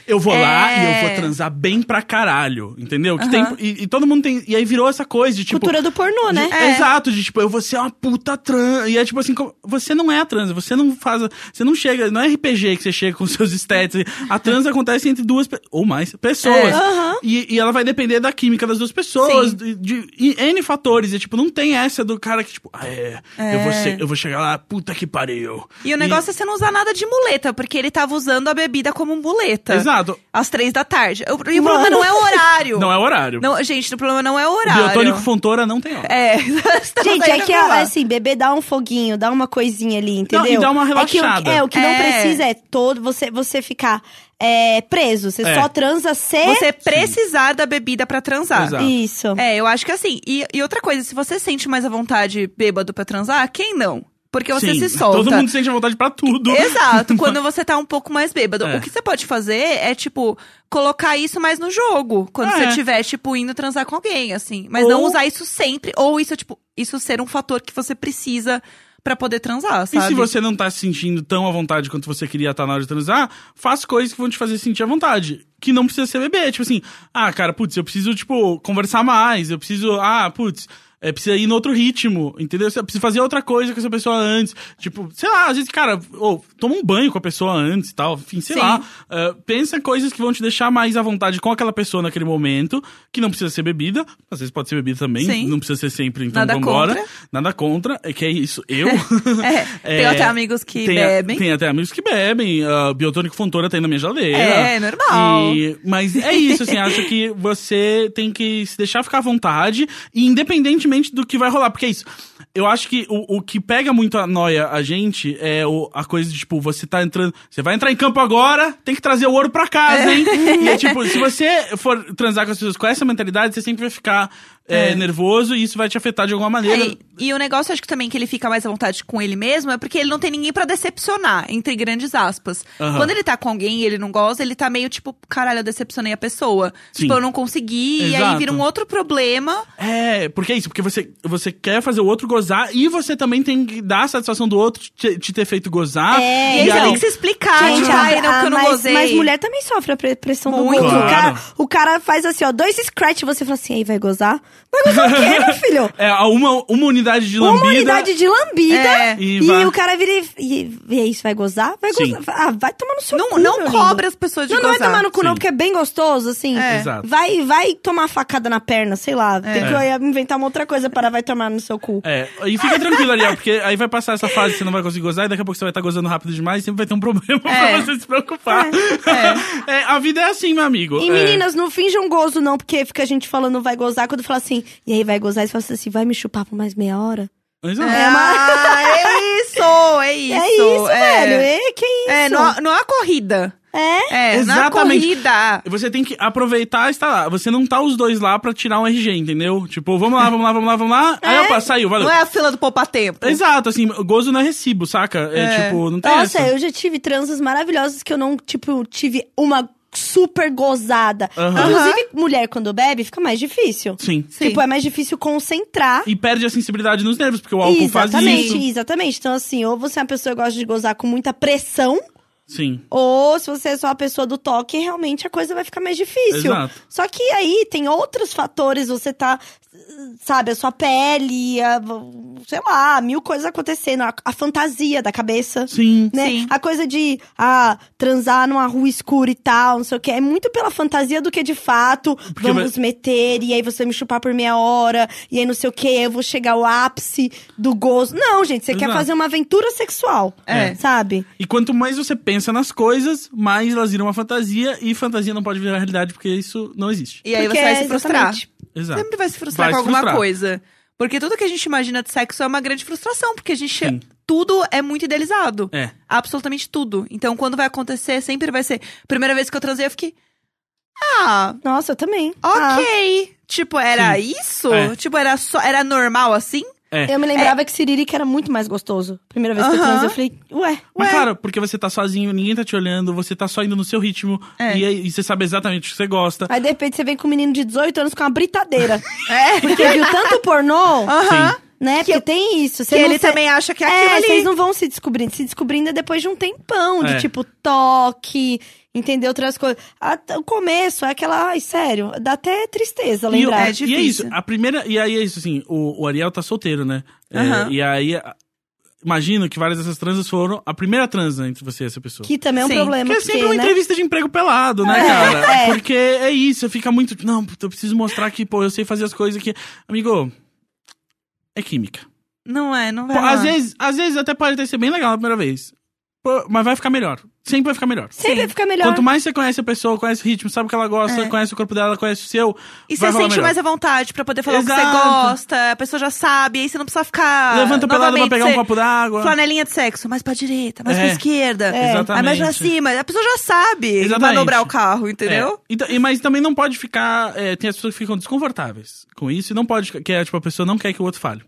S2: Eu vou lá e
S3: É.
S2: eu vou transar bem pra caralho, entendeu? Que
S3: Aham.
S2: tem, e, e todo mundo tem. E aí virou essa coisa de tipo.
S1: Cultura do pornô, né?
S2: De- Exato, de tipo, eu vou ser uma puta trans. E é tipo assim, como- você não é a trans, você não faz. a- Você não chega. Não é RPG que você chega com seus estéticos. A trans acontece entre duas pe- ou mais pessoas.
S3: É.
S1: Aham.
S2: E, e ela vai depender da química das duas pessoas,
S3: Sim.
S2: de, de- e N fatores. E tipo, não tem essa do cara que, tipo, ah, é, Eu, vou ser- eu vou chegar lá, puta que pariu.
S3: E o negócio é você não usar nada de muleta, porque ele tava usando a bebida como muleta.
S2: Exato.
S3: Às três da tarde. O, e o
S1: Mano.
S3: problema não é o horário.
S2: Não é horário.
S3: Não, gente, o problema não é o
S2: o
S3: horário.
S2: biotônico Fontoura não tem hora.
S3: É.
S1: Gente, é que
S3: a
S1: é assim, bebê dá um foguinho, dá uma coisinha ali, entendeu?
S2: Não, e dá uma
S1: É que o-
S2: relaxada.
S1: É, o que não
S3: É.
S1: precisa é todo você, você ficar é, preso. Você
S2: É.
S1: só transa se...
S3: Você precisar da bebida pra transar.
S2: Exato.
S1: Isso.
S3: É, eu acho que assim. E, e outra coisa, se você sente mais à vontade bêbado pra transar, quem não? Porque você
S2: Sim,
S3: se solta.
S2: Todo mundo sente a vontade pra tudo.
S3: Exato, quando você tá um pouco mais bêbado.
S2: É.
S3: O que você pode fazer é, tipo, colocar isso mais no jogo. Quando
S2: É.
S3: você estiver, tipo, indo transar com alguém, assim. Mas não
S2: Ou-
S3: usar isso sempre. Ou isso, tipo, isso ser um fator que você precisa pra poder transar,
S2: E
S3: sabe?
S2: se você não tá se sentindo tão à vontade quanto você queria estar na hora de transar, faz coisas que vão te fazer sentir à vontade. Que não precisa ser bebê. Tipo assim, ah, cara, putz, eu preciso, tipo, conversar mais. Eu preciso, ah, putz, é, precisa ir no outro ritmo, entendeu? Você precisa fazer outra coisa com essa pessoa antes. Tipo, sei lá, às vezes, cara, ou toma um banho com a pessoa antes e tal. Enfim, sei
S3: Sim.
S2: lá. Ah, pensa coisas que vão te deixar mais à vontade com aquela pessoa naquele momento, que não precisa ser bebida. Às vezes pode ser bebida também,
S3: Sim.
S2: não precisa ser sempre, então
S3: Nada
S2: vambora.
S3: contra.
S2: Nada contra, é que é isso. Eu.
S3: É, tem
S2: É,
S3: até amigos que
S2: tem a-
S3: bebem.
S2: tem até amigos que bebem. ah, biotônico Fontoura tem na minha geladeira.
S3: É, normal.
S2: E- mas é isso, assim. acho que você tem que se deixar ficar à vontade, e independentemente do que vai rolar. Porque é isso. Eu acho que o, o que pega muito a noia a gente é o- a coisa de, tipo, você tá entrando. Você vai entrar em campo agora, tem que trazer o ouro pra casa, hein? E é tipo, se você for transar com as pessoas com essa mentalidade, você sempre vai ficar é, nervoso e isso vai te afetar de alguma maneira.
S3: É, e o negócio, acho que também que ele fica mais à vontade com ele mesmo é porque ele não tem ninguém pra decepcionar, entre grandes aspas.
S2: Aham.
S3: Quando ele tá com alguém e ele não gosta, ele tá meio tipo, caralho, eu decepcionei a pessoa.
S2: Sim.
S3: Tipo, eu não consegui, e aí
S2: Exato.
S3: vira um outro problema.
S2: É, porque é isso, porque você, você quer fazer o outro gozar e você também tem que dar a satisfação do outro te, te ter feito gozar.
S1: É,
S3: e aí
S1: então.
S3: você tem que se explicar,
S1: Gente,
S3: tipo, ai,
S1: a-
S3: não, que eu
S1: a-
S3: não
S1: Ah, mas,
S3: gozei.
S1: mas mulher também sofre a pre- pressão
S3: Muito.
S1: do gozo. O,
S2: Claro.
S1: cara, o cara faz assim, ó, dois scratch, você fala assim, aí vai gozar? Vai gozar o quê, meu filho?
S2: É, a uma, uma unidade de lambida.
S1: Uma unidade de lambida
S3: É.
S2: E
S1: e,
S2: vai-
S1: o cara vira e, e, e é isso, vai gozar? Vai
S2: Sim.
S1: gozar. Ah, vai tomar no seu
S3: Não,
S1: cu,
S3: não
S1: meu
S3: cobre
S1: lindo.
S3: as pessoas de
S1: Não, não vai
S3: gozar.
S1: tomar no cu,
S2: Sim.
S1: não, porque é bem gostoso, assim.
S3: É.
S2: Exato.
S1: Vai, vai tomar facada na perna, sei lá. Tem que eh, inventar uma outra coisa para vai tomar no seu cu.
S2: É, e fica tranquilo, Ariel, porque aí vai passar essa fase, você não vai conseguir gozar, e daqui a pouco você vai estar gozando rápido demais, e sempre vai ter um problema pra
S3: É.
S2: você se preocupar. É. a vida é assim, meu amigo.
S1: E
S2: É.
S1: meninas, não finjam gozo, não, porque fica a gente falando vai gozar. Quando fala assim, e aí vai gozar, e fala assim, vai me chupar por mais meia hora?
S2: Mas, ó,
S3: Ah, é isso, é isso.
S1: é isso,
S3: é.
S1: velho. É, que isso?
S3: É, não, não é a corrida.
S1: É?
S3: É,
S2: Exatamente.
S3: não é a corrida.
S2: Você tem que aproveitar e estar lá. Você não tá os dois lá pra tirar um RG, entendeu? Tipo, vamos lá, vamos lá, vamos lá, vamos lá. Aí, opa, saiu, valeu.
S3: Não é a fila do poupa-tempo.
S2: Exato, assim, gozo não é recibo, saca? É, tipo, não tem
S1: Nossa,
S2: essa.
S1: eu já tive transas maravilhosas que eu não, tipo, tive uma super gozada.
S2: Aham.
S1: Inclusive, mulher quando bebe fica mais difícil.
S2: Sim.
S3: Sim.
S1: Tipo, é mais difícil concentrar.
S2: E perde a sensibilidade nos nervos, porque o álcool faz
S1: exatamente,
S2: isso.
S1: exatamente. Então, assim, ou você é uma pessoa que gosta de gozar com muita pressão,
S2: Sim.
S1: ou se você é só a pessoa do toque, realmente a coisa vai ficar mais difícil.
S2: Exato.
S1: Só que aí tem outros fatores, você tá, sabe, a sua pele, a- sei lá, mil coisas acontecendo, a- a fantasia da cabeça
S2: Sim.
S1: né?
S3: Sim.
S1: A coisa de ah, transar numa rua escura e tal, não sei o que. É muito pela fantasia do que de fato. vamos meter, e aí você vai me chupar por meia hora, e aí não sei o que, eu vou chegar ao ápice do gozo. Não, gente, você quer
S2: Exato.
S1: fazer uma aventura sexual.
S3: É.
S1: Sabe?
S2: E quanto mais você pensa nas coisas, mais elas viram uma fantasia e fantasia não pode virar realidade porque isso não existe.
S3: E aí
S1: Porque
S3: você vai
S1: é
S3: se frustrar.
S1: exatamente.
S2: Exato.
S3: Sempre vai se frustrar
S2: Vai
S3: com
S2: se
S3: alguma
S2: frustrar.
S3: coisa. Porque tudo que a gente imagina de sexo é uma grande frustração, porque a gente.
S2: Sim.
S3: Tudo é muito idealizado.
S2: É.
S3: Absolutamente tudo. Então, quando vai acontecer, sempre vai ser. Primeira vez que eu transei, eu fiquei. Ah,
S1: Nossa, eu também. Ah,
S3: ok. Tipo, era isso?
S2: É.
S3: Tipo, era só. Era normal assim?
S1: eu me lembrava que Siririca era muito mais gostoso. Primeira vez que eu
S3: Aham.
S1: transei, eu falei, ué.
S2: Mas claro, porque você tá sozinho, ninguém tá te olhando, você tá só indo no seu ritmo
S3: É.
S2: e, aí- e você sabe exatamente o que você gosta.
S1: Aí de repente você vem com um menino de 18 anos com uma britadeira.
S3: É.
S1: Porque viu tanto pornô,
S3: Aham.
S1: né? Porque tem isso.
S3: Que
S1: Você não
S3: ele
S1: se-
S3: também acha que é,
S1: É,
S3: aquilo
S1: mas
S3: ali.
S1: vocês não vão se descobrindo. Se descobrindo é depois de um tempão, de
S2: É.
S1: tipo toque, entender outras coisas. Até O começo é aquela, ai, sério, dá até tristeza
S2: E, o-
S1: lembrar.
S3: é
S2: e é
S3: difícil.
S2: isso, a primeira. E aí é isso, assim, o, o Ariel tá solteiro, né? É,
S3: Aham.
S2: e aí. a- Imagino que várias dessas transas foram a primeira transa entre você e essa pessoa.
S1: Que também é um
S3: Sim,
S1: problema,
S2: Porque é sempre
S1: porque,
S2: uma
S1: né?
S2: entrevista de emprego pelado, né, cara?
S1: é.
S2: Porque é isso, fica muito. Não, puta, eu preciso mostrar que, pô, eu sei fazer as coisas que. Amigo, é química.
S3: Não é, não vai.
S2: Pô,
S3: lá.
S2: às, vezes, às vezes até pode ter sido bem legal na primeira vez. Pô, mas vai ficar melhor. Sempre vai ficar melhor.
S1: Sempre
S3: Sim.
S1: fica melhor.
S2: Quanto mais você conhece a pessoa, conhece o ritmo, sabe o que ela gosta, conhece o corpo dela, conhece o seu.
S3: E
S2: vai
S3: você
S2: rolar
S3: sente
S2: melhor.
S3: mais à vontade pra poder falar o que você
S2: Exato.
S3: gosta, a pessoa já sabe, aí você não precisa ficar.
S2: Levanta o pelado pra
S3: Ah, novamente,
S2: pegar um
S3: você-
S2: copo d'água.
S3: Flanelinha de sexo, mais pra direita, mais pra
S2: É,
S3: esquerda.
S2: exatamente.
S3: Aí mais pra cima. A pessoa já sabe
S2: Exatamente.
S3: manobrar o carro, entendeu?
S2: É. E ta- e- mas também não pode ficar. é, tem as pessoas que ficam desconfortáveis com isso e não pode. ficar- Que é, tipo, a pessoa não quer que o outro fale.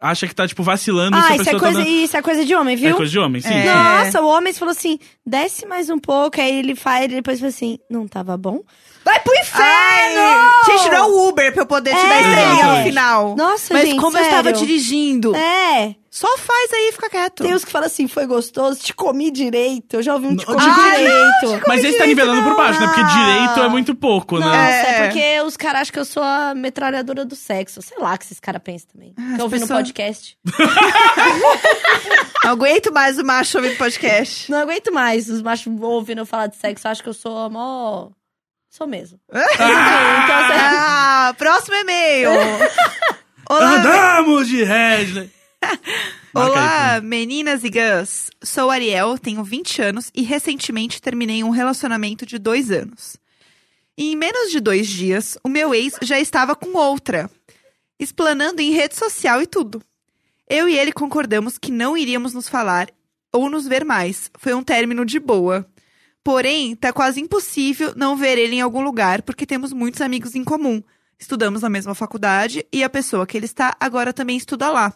S2: Acha que tá, tipo, vacilando e se
S1: Ah,
S2: a
S1: isso
S2: pessoa
S1: é, coisa,
S2: tá. dando-
S1: isso é coisa de homem,
S2: É
S1: viu?
S2: coisa de homem, sim.
S3: É.
S1: Nossa, o homem falou assim: desce mais um pouco, aí ele faz, ele depois fala assim: não tava bom. Vai pro inferno!
S3: Gente, É. não é o Uber pra eu poder te dar
S1: É.
S3: estrelinha no final.
S1: Nossa,
S3: Mas
S1: gente,
S3: como eu estava
S1: sério.
S3: dirigindo,
S1: É.
S3: só faz aí e fica quieto.
S1: Tem uns que falam assim: foi gostoso, te comi direito. Eu já ouvi um te
S2: Não,
S1: comi
S2: te comi-
S1: direito.
S2: Mas esse tá nivelando por baixo, né? Porque direito é muito pouco,
S1: Nossa,
S2: né?
S1: é
S3: É.
S1: porque os caras acham que eu sou a metralhadora do sexo. Sei lá o que esses caras pensam também.
S3: as
S1: que eu ouvi no
S3: pessoas-
S1: podcast.
S3: Não aguento mais o macho ouvindo podcast.
S1: Não aguento mais os machos ouvindo eu falar de sexo. Acho que eu sou a mó... Sou mesmo. então,
S3: Ah, próximo e-mail. Olá,
S2: Andamos de Regina!
S3: Olá, meninas e gãs. Sou Ariel, tenho 20 anos e recentemente terminei um relacionamento de dois anos. Em menos de dois dias, o meu ex já estava com outra, explanando em rede social e tudo. Eu e ele concordamos que não iríamos nos falar ou nos ver mais. Foi um término de boa. Porém, tá quase impossível não ver ele em algum lugar, porque temos muitos amigos em comum. Estudamos na mesma faculdade e a pessoa que ele está agora também estuda lá.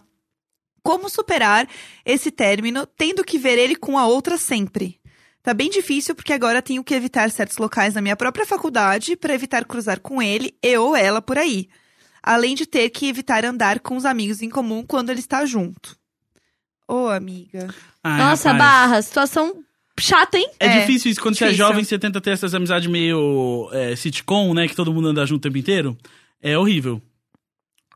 S3: Como superar esse término tendo que ver ele com a outra sempre? Tá bem difícil porque agora tenho que evitar certos locais na minha própria faculdade para evitar cruzar com ele e ou ela por aí. Além de ter que evitar andar com os amigos em comum quando ele está junto. Ô, amiga.
S2: Ai,
S1: Nossa,
S2: rapaz.
S1: barra, situação chata, hein?
S2: É,
S3: É,
S2: difícil isso. Quando você é
S3: difícil.
S2: jovem, você tenta ter essas amizades meio é, sitcom, né? Que todo mundo anda junto o tempo inteiro. É horrível.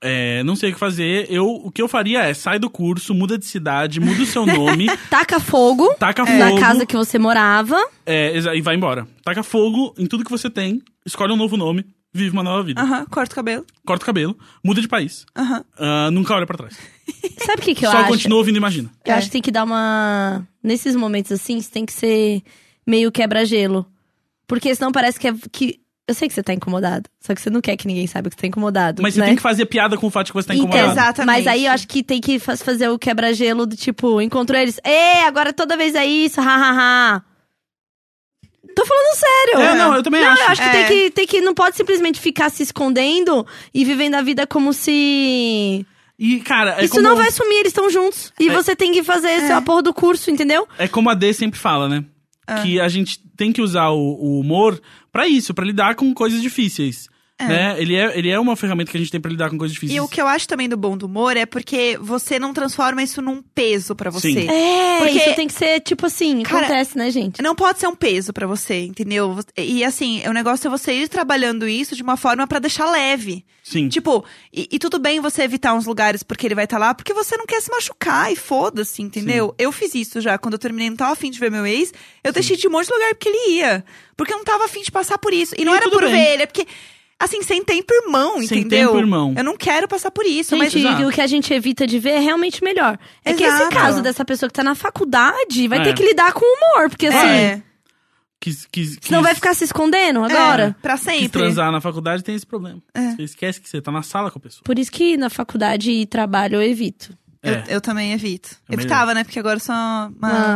S2: É, não sei o que fazer. Eu, o que eu faria é sai do curso, muda de cidade, muda o seu nome,
S1: Taca fogo
S2: taca
S1: É. na
S2: fogo
S1: casa que você morava.
S2: é, exa- e vai embora. Taca fogo em tudo que você tem, escolhe um novo nome, vive uma nova
S1: Ah.
S2: vida.
S3: Aham, corta o cabelo.
S2: Corta o cabelo, muda de país.
S3: Aham.
S2: ah, nunca olha pra trás.
S1: Sabe o que, que eu
S2: Só
S1: acho?
S2: continua ouvindo e imagina.
S1: Eu acho que tem que dar uma. Nesses momentos assim, você tem que ser meio quebra-gelo. Porque senão parece que é. Que... Eu sei que você tá incomodado. Só que você não quer que ninguém saiba que você tá incomodado.
S2: Mas você
S1: né?
S2: tem que fazer piada com o fato de que você tá
S1: Então,
S2: incomodado.
S3: Exatamente.
S1: Mas aí eu acho que tem que faz- fazer o quebra-gelo do tipo, encontrou eles. Ê, agora toda vez é isso, hahaha. Tô falando sério.
S2: É, não, eu também
S1: Então, Não,
S2: acho.
S1: eu acho que,
S3: É.
S1: tem que tem que. Não pode simplesmente ficar se escondendo e vivendo a vida como se.
S2: E, cara, é
S1: Isso
S2: como-
S1: não vai sumir, eles estão juntos. E
S2: É.
S1: você tem que fazer esse a porra do curso, entendeu?
S2: É como a D sempre fala, né?
S3: Ah.
S2: Que a gente tem que usar o, o humor pra isso, pra lidar com coisas difíceis. Né? Ele, é, ele é uma ferramenta que a gente tem pra lidar com coisas difíceis.
S3: E o que eu acho também do bom do humor é porque você não transforma isso num peso pra você.
S2: Sim.
S1: É,
S3: Porque-
S1: isso tem que ser tipo assim,
S3: Cara,
S1: acontece, né, gente?
S3: Não pode ser um peso pra você, entendeu? E assim, o negócio é você ir trabalhando isso de uma forma pra deixar leve.
S2: Sim.
S3: Tipo, e, e tudo bem você evitar uns lugares porque ele vai estar lá, porque você não quer se machucar e foda-se, entendeu? Eu fiz isso já. Quando eu terminei, não tava afim de ver meu ex, eu deixei de ir um monte de lugar porque ele ia. Porque eu não tava afim de passar por isso. E, não era
S2: tudo
S3: por
S2: bem.
S3: ver ele, é porque. Assim, sem tempo irmão,
S2: Sem
S3: entendeu?
S2: tempo, irmão.
S3: Eu não quero passar por isso, mas.
S1: Gente,
S2: Exato.
S1: o que a gente evita de ver é realmente melhor. É que esse
S3: Exato.
S1: caso dessa pessoa que tá na faculdade vai
S2: É.
S1: ter que lidar com o humor, porque assim,
S3: É.
S2: Que, que, que,
S1: senão vai ficar se escondendo
S3: É,
S1: agora.
S3: pra
S2: que
S3: sempre. É.
S2: transar na faculdade tem esse problema. Você esquece que você tá na sala com a pessoa.
S1: Por isso que na faculdade e trabalho eu evito.
S3: Eu,
S2: É,
S3: eu também evito.
S2: É melhor.
S3: Evitava, né? Porque agora eu sou uma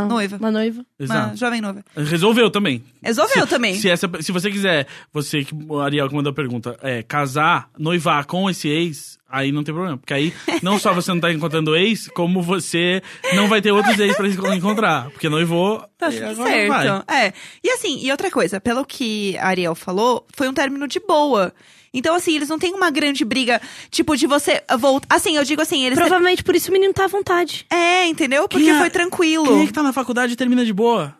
S3: noiva.
S1: Uma noiva.
S3: Uma
S2: exato.
S3: jovem noiva.
S2: Resolveu também.
S3: Resolveu também.
S2: Se, essa, se você quiser, você que o Ariel que mandou a pergunta, é, casar, noivar com esse ex, aí não tem problema. Porque aí não só você não tá encontrando o ex, como você não vai ter outros ex pra se encontrar. Porque noivou.
S3: Tá
S2: e
S3: tudo
S2: agora
S3: certo.
S2: vai.
S3: É. E assim, e outra coisa, pelo que a Ariel falou, foi um término de boa. Então, assim, eles não têm uma grande briga, tipo, de você voltar. Assim, eu digo assim, eles.
S1: Provavelmente por isso o menino tá à vontade.
S3: É, entendeu? Porque
S2: Quem é-
S3: foi tranquilo.
S2: Quem é que tá na faculdade e termina de boa?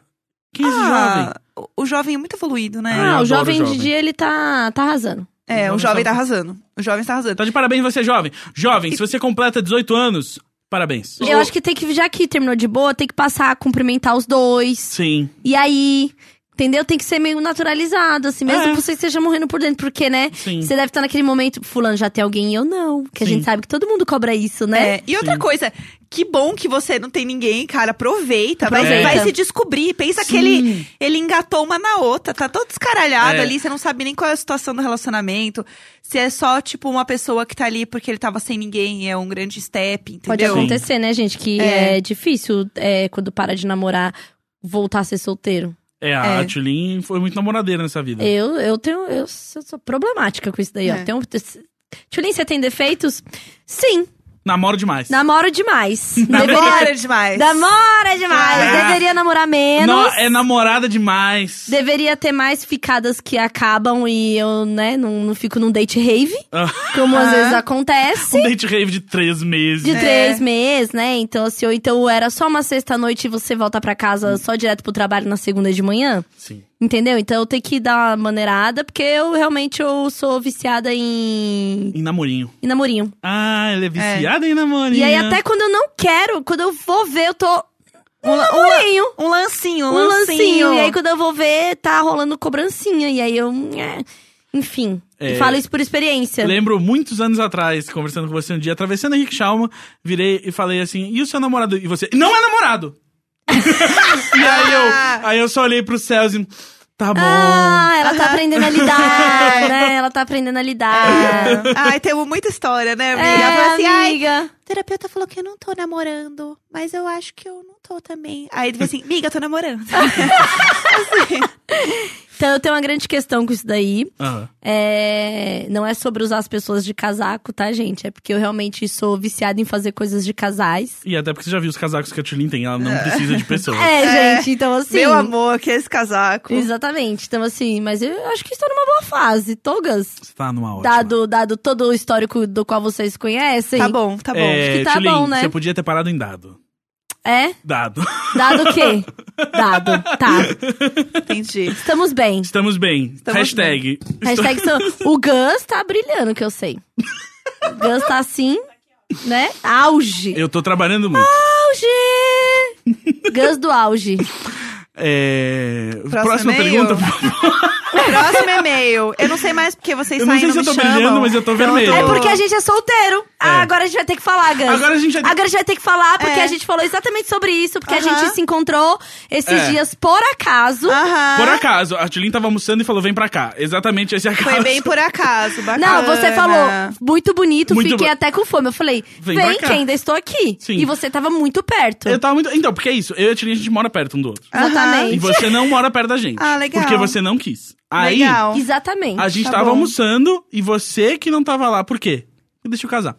S2: Quem é esse jovem?
S3: Ah, o- o jovem é muito evoluído, né?
S2: eu
S1: Ah,
S2: adoro
S1: o jovem,
S2: jovem.
S1: de dia ele tá, tá arrasando.
S3: é,
S2: jovem
S3: o jovem tá
S2: sabe-
S3: arrasando. O jovem tá arrasando.
S2: Tá de parabéns você, jovem. Jovem, se você completa 18 anos, parabéns.
S1: Eu acho que tem que, já que terminou de boa, tem que passar a cumprimentar os dois.
S2: Sim.
S1: E aí, entendeu? Tem que ser meio naturalizado, assim, mesmo
S2: É.
S1: que você esteja morrendo por dentro, porque, né?
S2: Sim.
S1: Você deve estar naquele momento, fulano já tem alguém e eu não. Que a
S2: Sim.
S1: gente sabe que todo mundo cobra isso, né?
S3: É, e outra coisa, que bom que você não tem ninguém, cara. Aproveita, vai-
S1: Aproveita.
S3: Vai, se descobrir. Pensa que
S2: Sim.
S3: ele, ele engatou uma na outra, tá todo descaralhado
S2: É.
S3: ali, você não sabe nem qual é a situação do relacionamento. Se é só, tipo, uma pessoa que tá ali porque ele tava sem ninguém, é um grande step, entendeu?
S1: Pode acontecer, né, gente? Que
S3: É.
S1: é, difícil é, quando para de namorar voltar a ser solteiro.
S2: É, a
S3: É.
S2: Tulin foi muito namoradeira nessa vida.
S1: Eu, eu tenho. Eu sou sou problemática com isso daí,
S3: É.
S1: ó. Tenho, Tchulin, você tem defeitos? Sim,
S2: Namoro demais.
S1: namoro demais.
S3: Namora demais.
S1: Namora demais!
S2: Ah.
S1: Deveria namorar menos.
S2: Não, é namorada demais.
S1: Deveria ter mais ficadas que acabam e eu, né, não, não fico num date rave,
S2: Ah.
S1: como às
S3: Ah.
S1: vezes acontece.
S2: Um date rave de três meses.
S1: De
S3: É.
S1: três meses, né? Então, assim, ou então era só uma sexta-noite e você volta pra casa só direto pro trabalho na segunda de manhã.
S2: Sim.
S1: Entendeu? Então eu tenho que dar uma maneirada, porque eu realmente eu sou viciada em,
S2: Em namorinho.
S1: em namorinho.
S2: Ah, ela é viciada em namorinho.
S1: E aí, até quando eu não quero, quando eu vou ver, eu tô.
S3: Um, la- um la-
S1: Namorinho!
S3: um lancinho, um,
S1: um lancinho. E aí, quando eu vou ver, tá rolando cobrancinha. E aí eu. é, Enfim.
S2: É.
S1: Falo isso por experiência.
S2: Lembro muitos anos atrás, conversando com você um dia, atravessando Henrique Chalma, virei e falei assim: e o seu namorado?
S3: Ah.
S2: E você, não é namorado! e aí eu, aí eu só olhei pro céu assim. Tá bom.
S1: Ah, ela tá aprendendo a lidar, né? Ela tá aprendendo a lidar.
S3: Ai, temos muita história, né, amiga?
S1: É,
S3: Ela fala assim, ai,
S1: amiga.
S3: O terapeuta falou que eu não tô namorando, mas eu acho que eu não tô também. Aí ele falou assim, miga, eu tô namorando.
S1: Então, eu tenho uma grande questão com isso daí.
S2: Aham.
S1: É, Não é sobre usar as pessoas de casaco, tá, gente? É porque eu realmente sou viciada em fazer coisas de casais.
S2: E até porque você já viu os casacos que a Tulin tem, ela não precisa de pessoas.
S1: É,
S3: É.
S1: gente, então assim.
S3: Meu amor, que é esse casaco.
S1: Exatamente. Então, assim, mas eu acho que estou numa boa fase. Togas,
S2: Você tá numa ótima.
S1: dado, dado todo o histórico do qual vocês conhecem.
S3: Tá bom, tá bom.
S2: É,
S1: Acho que tá
S2: Tulin,
S1: bom, né?
S2: você podia ter parado em dado.
S1: É?
S2: Dado.
S1: Dado o quê? Dado. Tá.
S3: Entendi.
S1: Estamos bem.
S2: Estamos bem.
S3: Estamos
S2: Hashtag.
S1: Hashtag são... O Gus tá brilhando, que eu sei. O Gus tá assim, né? Auge.
S2: Eu tô trabalhando muito.
S1: Auge! Gus do auge.
S2: É...
S3: Próximo
S2: Próxima
S3: e-mail?
S2: pergunta.
S3: Próximo e-mail. Eu não sei mais porque vocês
S2: Eu não
S3: saem
S2: sei
S3: não
S2: se eu
S3: me
S2: tô
S3: chamam.
S2: brilhando, mas eu tô
S3: Então
S2: vermelho.
S1: É porque a gente é solteiro. Ah, agora a gente vai ter que falar, Gus.
S2: Agora a gente vai ter-
S1: Agora a gente vai ter que falar, porque
S3: É.
S1: a gente falou exatamente sobre isso, porque a
S3: Aham.
S1: gente se encontrou esses
S2: É.
S1: dias por acaso.
S3: Aham.
S2: Por acaso, a Tulin tava almoçando e falou, vem pra cá. Exatamente esse é acaso.
S3: Foi bem por acaso, bacana.
S1: Não, você falou, muito bonito,
S2: Muito
S1: fiquei
S2: bo-
S1: até com fome. Eu falei,
S2: Vem
S1: vem,
S2: pra cá."
S1: que ainda estou aqui.
S2: Sim.
S1: E você tava muito perto.
S2: Eu tava muito... Então, porque é isso. Eu e a Tulin, a gente mora perto um do outro.
S3: Aham.
S2: E
S1: Exatamente.
S2: você não mora perto da gente.
S3: Ah, legal.
S2: Porque você não quis. Aí,
S3: Legal.
S1: Exatamente.
S2: a gente
S3: Tá
S2: tava
S3: bom.
S2: almoçando e você que não tava lá. Por quê? Deixa eu casar.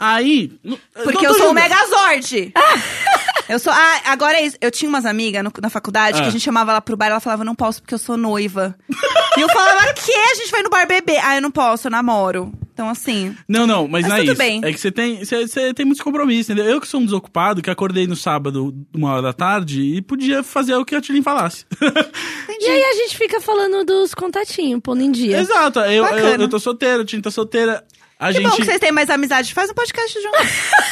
S2: Aí... n- não
S3: Porque
S2: tô
S3: eu sou o
S2: julgando.
S3: Megazord. Eu sou. Ah, agora é isso. Eu tinha umas amigas no- na faculdade que
S2: Ah.
S3: a gente chamava ela pro bar, ela falava, não posso porque eu sou noiva. e eu falava, que a gente vai no bar beber? Ah, eu não posso, eu namoro. Então, assim.
S2: Não, não, mas,
S3: Mas
S2: não é
S3: tudo
S2: isso.
S3: bem.
S2: É que você tem, você, você tem muitos compromissos, entendeu? Eu que sou um desocupado, que acordei no sábado, uma hora da tarde, e podia fazer o que a Tilin falasse.
S1: E aí a gente fica falando dos contatinhos, pondo em dia.
S2: Exato. Eu,
S3: Bacana.
S2: eu, eu tô solteiro, a Tilin tá solteira. A
S3: Que
S2: gente.
S3: bom que vocês têm mais amizade. Faz um podcast junto.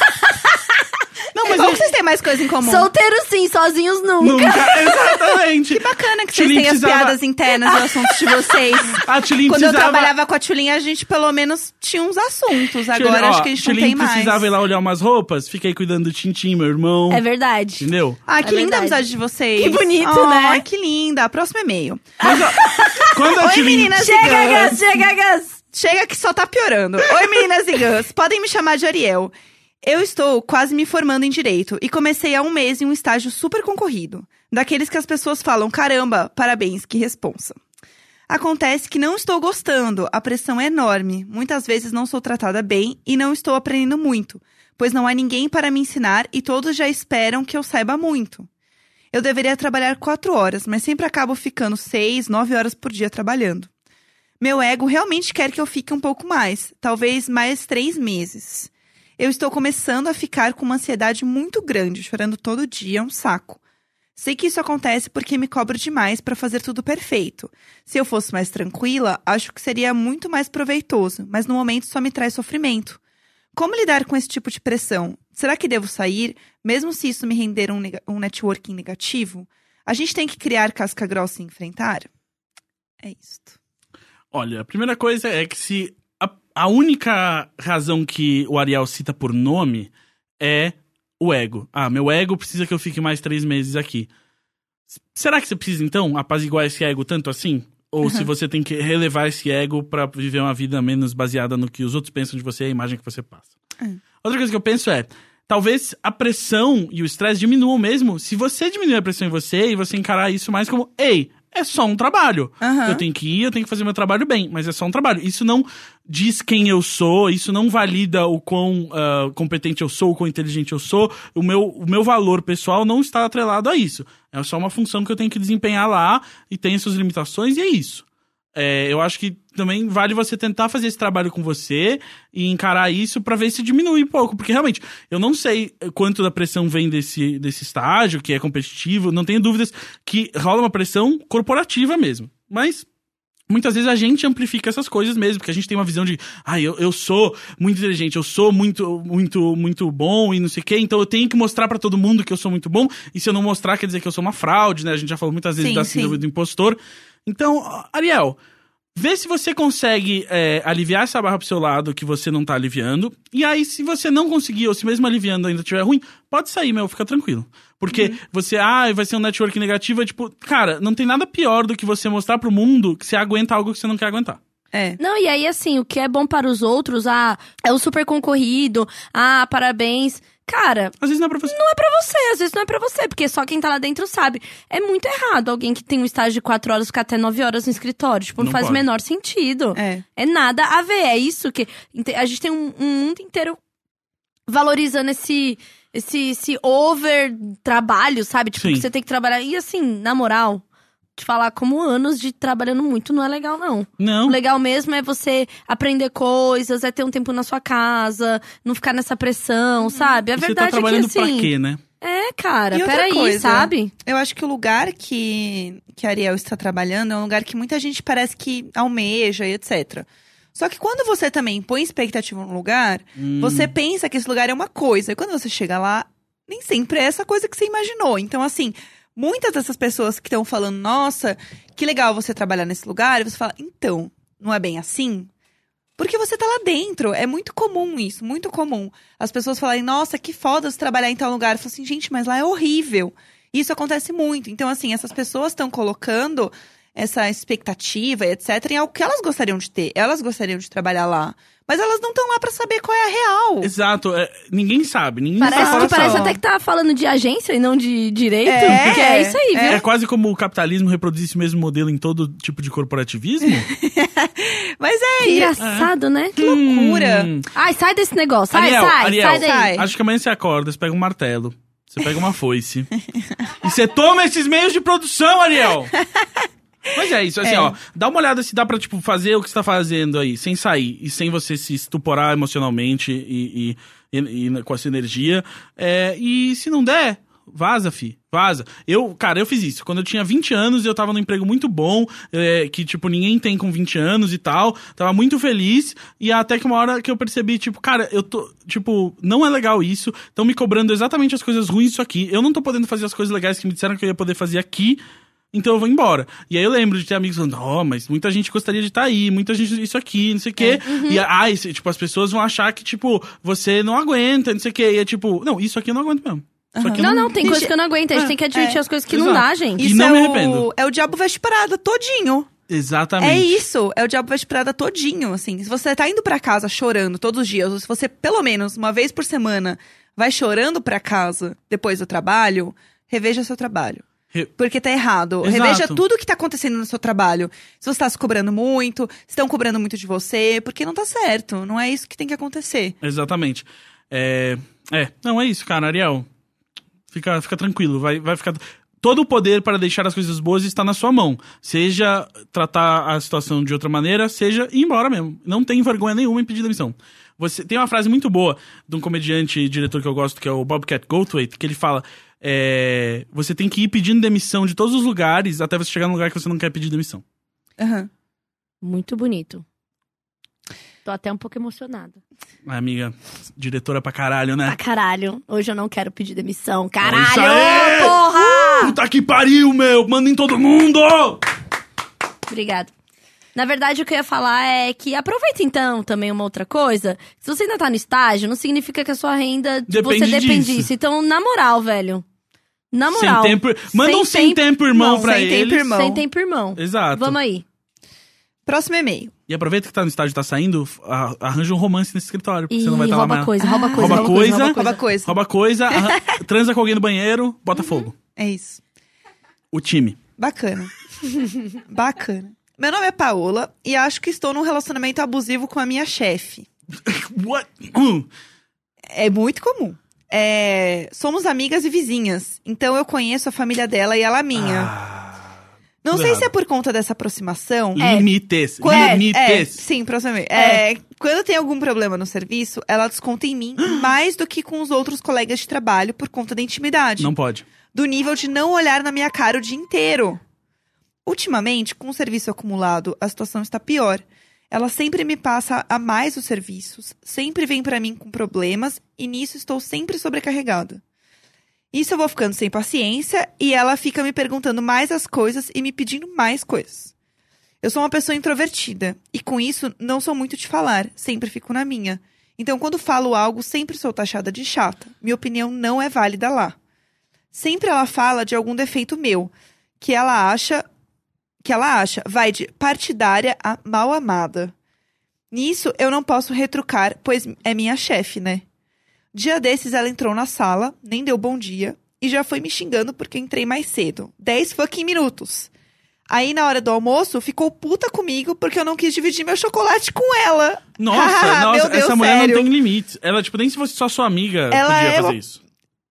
S2: Não,
S3: que
S2: mas
S3: bom
S2: eu-
S3: que vocês têm mais coisa em comum.
S1: Solteiro sim, sozinhos nunca.
S2: Nunca, exatamente. Que
S3: Bacana que vocês
S2: Tchulin
S3: têm
S2: precisava-
S3: as piadas internas e assuntos de vocês.
S2: A Tilin
S3: Quando
S2: precisava.
S3: eu trabalhava com a Tchulinha, a gente pelo menos tinha uns assuntos.
S2: Tilin-
S3: Agora
S2: ó,
S3: acho que a gente não
S2: Tilin
S3: tem mais.
S2: precisava ir lá olhar umas roupas, fiquei cuidando do Tintim, meu irmão.
S1: É verdade.
S2: Entendeu?
S3: Ah,
S1: É
S3: que linda a
S1: verdade.
S3: amizade de vocês.
S1: Que bonito,
S3: Ah,
S1: né?
S3: Que linda. Próximo e-mail.
S2: Mas, ó, quando a
S3: Oi,
S2: Tilin.
S3: meninas e
S1: Chega,
S3: gãs.
S1: Gus, chega, Gus.
S3: Chega que só tá piorando. Oi, meninas e gãs. Podem me chamar de Ariel. Eu estou quase me formando em direito e comecei há um mês em um estágio super concorrido. Daqueles que as pessoas falam, caramba, parabéns, que responsa. Acontece que não estou gostando, a pressão é enorme, muitas vezes não sou tratada bem e não estou aprendendo muito, pois não há ninguém para me ensinar e todos já esperam que eu saiba muito. Eu deveria trabalhar quatro horas, mas sempre acabo ficando seis, nove horas por dia trabalhando. Meu ego realmente quer que eu fique um pouco mais, talvez mais três meses. Eu estou começando a ficar com uma ansiedade muito grande, chorando todo dia, é um saco. Sei que isso acontece porque me cobro demais para fazer tudo perfeito. Se eu fosse mais tranquila, acho que seria muito mais proveitoso, mas no momento só me traz sofrimento. Como lidar com esse tipo de pressão? Será que devo sair, mesmo se isso me render um, nega- um networking negativo? A gente tem que criar casca grossa e enfrentar? É isto.
S2: Olha, a primeira coisa é que se a, a única razão que o Ariel cita por nome é o ego. Ah, meu ego precisa que eu fique mais três meses aqui. S- Será que você precisa, então, apaziguar esse ego tanto assim? Ou se você tem que relevar esse ego pra viver uma vida menos baseada no que os outros pensam de você e a imagem que você passa? Outra coisa que eu penso é, talvez a pressão e o estresse diminuam mesmo se você diminuir a pressão em você e você encarar isso mais como, ei, é só um trabalho.
S3: Aham.
S2: Eu tenho que ir, eu tenho que fazer meu trabalho bem, mas é só um trabalho. Isso não diz quem eu sou, isso não valida o quão ah, competente eu sou, o quão inteligente eu sou. O meu, o meu valor pessoal não está atrelado a isso. É só uma função que eu tenho que desempenhar lá e tem suas limitações e é isso. É, eu acho que também vale você tentar fazer esse trabalho com você e encarar isso pra ver se diminui um pouco. Porque realmente, eu não sei quanto da pressão vem desse, desse estágio, que é competitivo, não tenho dúvidas que rola uma pressão corporativa mesmo. Mas. Muitas vezes a gente amplifica essas coisas mesmo, porque a gente tem uma visão de, ah, eu, eu sou muito inteligente, eu sou muito, muito, muito bom e não sei o quê, então eu tenho que mostrar pra todo mundo que eu sou muito bom, e se eu não mostrar, quer dizer que eu sou uma fraude, né? A gente já falou muitas vezes
S3: Sim,
S2: da
S3: sim.
S2: síndrome do impostor. Então, Ariel, Vê se você consegue é, aliviar essa barra pro seu lado que você não tá aliviando. E aí, se você não conseguir, ou se mesmo aliviando ainda tiver ruim, pode sair, meu, fica tranquilo. Porque
S1: Uhum.
S2: você, ah, vai ser um network negativo, é tipo, cara, não tem nada pior do que você mostrar pro mundo que você aguenta algo que você não quer aguentar.
S3: É.
S1: Não, e aí assim, o que é bom para os outros, ah, é um super concorrido, ah, parabéns. Cara,
S2: Às vezes não é pra você.
S1: você, às vezes não é pra você, porque só quem tá lá dentro sabe. É muito errado alguém que tem um estágio de quatro horas ficar até nove horas no escritório. Tipo, não,
S2: Não
S1: faz o
S2: pode.
S1: menor sentido.
S3: É.
S1: É nada a ver. É isso que. inte- A gente tem um, um mundo inteiro valorizando esse. Esse, esse over trabalho, sabe? Tipo,
S2: Sim.
S1: que você tem que trabalhar. E assim, na moral, te falar como anos de trabalhando muito não é legal, não.
S2: Não.
S1: O legal mesmo é você aprender coisas, é ter um tempo na sua casa, não ficar nessa pressão, sabe? A
S2: E você tá
S1: verdade é que
S2: trabalhando
S1: assim.
S2: pra quê, né?
S1: É, cara,
S3: E outra
S1: peraí,
S3: coisa.
S1: sabe?
S3: Eu acho que o lugar que, que a Ariel está trabalhando é um lugar que muita gente parece que almeja e etc. Só que quando você também põe expectativa num lugar, você pensa que esse lugar é uma coisa. E quando você chega lá, nem sempre é essa coisa que você imaginou. Então, assim, muitas dessas pessoas que estão falando, nossa, que legal você trabalhar nesse lugar, e você fala, então, não é bem assim? Porque você tá lá dentro. É muito comum isso, muito comum. As pessoas falarem, nossa, que foda você trabalhar em tal lugar. Eu falo assim, gente, mas lá é horrível. Isso acontece muito. Então, assim, essas pessoas estão colocando essa expectativa, e etc., em algo que elas gostariam de ter. Elas gostariam de trabalhar lá. Mas elas não estão lá pra saber qual é a real.
S2: Exato. é, ninguém sabe. Ninguém
S1: Parece
S2: sabe.
S1: que parece
S3: só.
S1: até que tá falando de agência e não de direito.
S3: É,
S1: porque é isso aí,
S2: É
S1: viu?
S2: quase como o capitalismo reproduzisse o mesmo modelo em todo tipo de corporativismo.
S3: Mas é
S1: Que engraçado, né?
S3: que loucura.
S1: Ai, sai desse negócio. Sai,
S2: Ariel,
S1: sai,
S2: Ariel,
S1: sai daí.
S3: sai.
S2: Acho que amanhã você acorda, você pega um martelo, você pega uma foice. e você toma esses meios de produção, Ariel! Mas é isso, assim, ó. Dá uma olhada se dá pra, tipo, fazer o que você tá fazendo aí, sem sair e sem você se estuporar emocionalmente e, e- e- e com essa energia. É, e se não der. Vaza, fi, vaza. Eu, cara, eu fiz isso. Quando eu tinha 20 anos, eu tava num emprego muito bom, é, que, tipo, ninguém tem com 20 anos e tal. Tava muito feliz. E até que uma hora que eu percebi, tipo, cara, eu tô. Tipo, não é legal isso. Estão me cobrando exatamente as coisas ruins disso aqui. Eu não tô podendo fazer as coisas legais que me disseram que eu ia poder fazer aqui. Então eu vou embora. E aí eu lembro de ter amigos falando, ó, mas muita gente gostaria de estar aí, muita gente isso aqui, não sei o quê.
S1: É, uhum.
S2: E ai, se- tipo, as pessoas vão achar que, tipo, você não aguenta, não sei o quê. E é tipo, não, isso aqui eu não aguento mesmo. Isso aqui eu
S1: Não, não, tem
S3: Gente,
S1: coisa que eu não aguento. A gente tem que admitir as coisas que não
S2: Exato.
S1: dá, gente.
S2: E não
S3: é
S2: me
S3: o-
S2: arrependo.
S3: é o diabo veste parada todinho.
S2: Exatamente.
S3: É isso, é o diabo veste parada todinho, assim. Se você tá indo pra casa chorando todos os dias, ou se você, pelo menos, uma vez por semana, vai chorando pra casa depois do trabalho, reveja seu trabalho.
S2: Re-
S3: Porque tá errado.
S2: Exato.
S3: Reveja tudo que tá acontecendo no seu trabalho. Se você tá se cobrando muito, se estão cobrando muito de você, porque não tá certo. Não é isso que tem que acontecer.
S2: Exatamente. É, é, não é isso, cara, Ariel. Fica, fica tranquilo, vai, vai ficar. Todo o poder para deixar as coisas boas está na sua mão. Seja tratar a situação de outra maneira, seja ir embora mesmo. Não tem vergonha nenhuma em pedir demissão. Você tem uma frase muito boa de um comediante e diretor que eu gosto, que é o Bobcat Goldthwait, que ele fala: é, você tem que ir pedindo demissão de todos os lugares até você chegar num lugar que você não quer pedir demissão.
S3: Aham.
S1: Muito bonito. Tô até um pouco emocionada.
S2: Ah, amiga, diretora pra caralho, né?
S1: Ah, caralho. Hoje eu não quero pedir demissão.
S2: É isso
S1: Caralho,
S2: aí!
S1: porra!
S2: Puta que pariu, meu! Manda em todo mundo!
S1: Obrigada. Na verdade, o que eu ia falar é que aproveita então também uma outra coisa. Se você ainda tá no estágio, não significa que a sua renda
S2: Depende
S1: você depende
S2: disso.
S1: disso. Então, na moral, velho. Na
S2: Sem
S1: moral.
S2: tempo. Manda um sem tempo, irmão,
S3: Não,
S2: pra
S3: sem
S2: ele.
S3: tempo, irmão.
S1: Sem tempo, irmão.
S2: Exato.
S1: Vamos aí.
S3: Próximo e-mail.
S2: E aproveita que tá no estágio, tá saindo, f- a- arranja um romance nesse escritório, porque
S1: E
S2: você não vai estar lá
S1: rouba,
S2: mais.
S1: coisa, rouba coisa,
S2: Rouba coisa.
S3: Rouba coisa.
S2: Rouba coisa, arran- transa com alguém no banheiro, bota fogo.
S3: É isso.
S2: O time.
S3: Bacana. Bacana. Meu nome é Paola e acho que estou num relacionamento abusivo com a minha chefe.
S2: What? Hum.
S3: É muito comum. É, somos amigas e vizinhas, então eu conheço a família dela e ela a minha.
S2: Ah,
S3: não
S2: tudo
S3: sei
S2: errado.
S3: se é por conta dessa aproximação.
S2: Limites.
S3: Quando- é,
S2: Limites.
S3: sim, proximamente. É, quando tem algum problema no serviço, ela desconta em mim mais do que com os outros colegas de trabalho por conta da intimidade.
S2: Não pode.
S3: Do nível de não olhar na minha cara o dia inteiro. Ultimamente, com o serviço acumulado, a situação está pior. Ela sempre me passa a mais os serviços, sempre vem pra mim com problemas e nisso estou sempre sobrecarregada. Isso eu vou ficando sem paciência e ela fica me perguntando mais as coisas e me pedindo mais coisas. Eu Eu sou uma pessoa introvertida e com isso não sou muito de falar, sempre fico na minha. Então quando falo algo, sempre sou taxada de chata. Minha opinião não é válida lá. Sempre ela fala de algum defeito meu, que ela acha que ela acha, vai de partidária a mal amada. Nisso eu não posso retrucar, pois é minha chefe, né? Dia desses ela entrou na sala, nem deu bom dia, e já foi me xingando porque entrei mais cedo. 10 fucking minutos. Aí na hora do almoço ficou puta comigo porque eu não quis dividir meu chocolate com ela.
S2: Nossa,
S3: Meu
S2: nossa
S3: Deus,
S2: essa mulher
S3: sério.
S2: não tem limites. Ela, tipo, nem se fosse só sua amiga
S3: Ela
S2: podia
S3: é
S2: fazer
S3: uma-
S2: isso.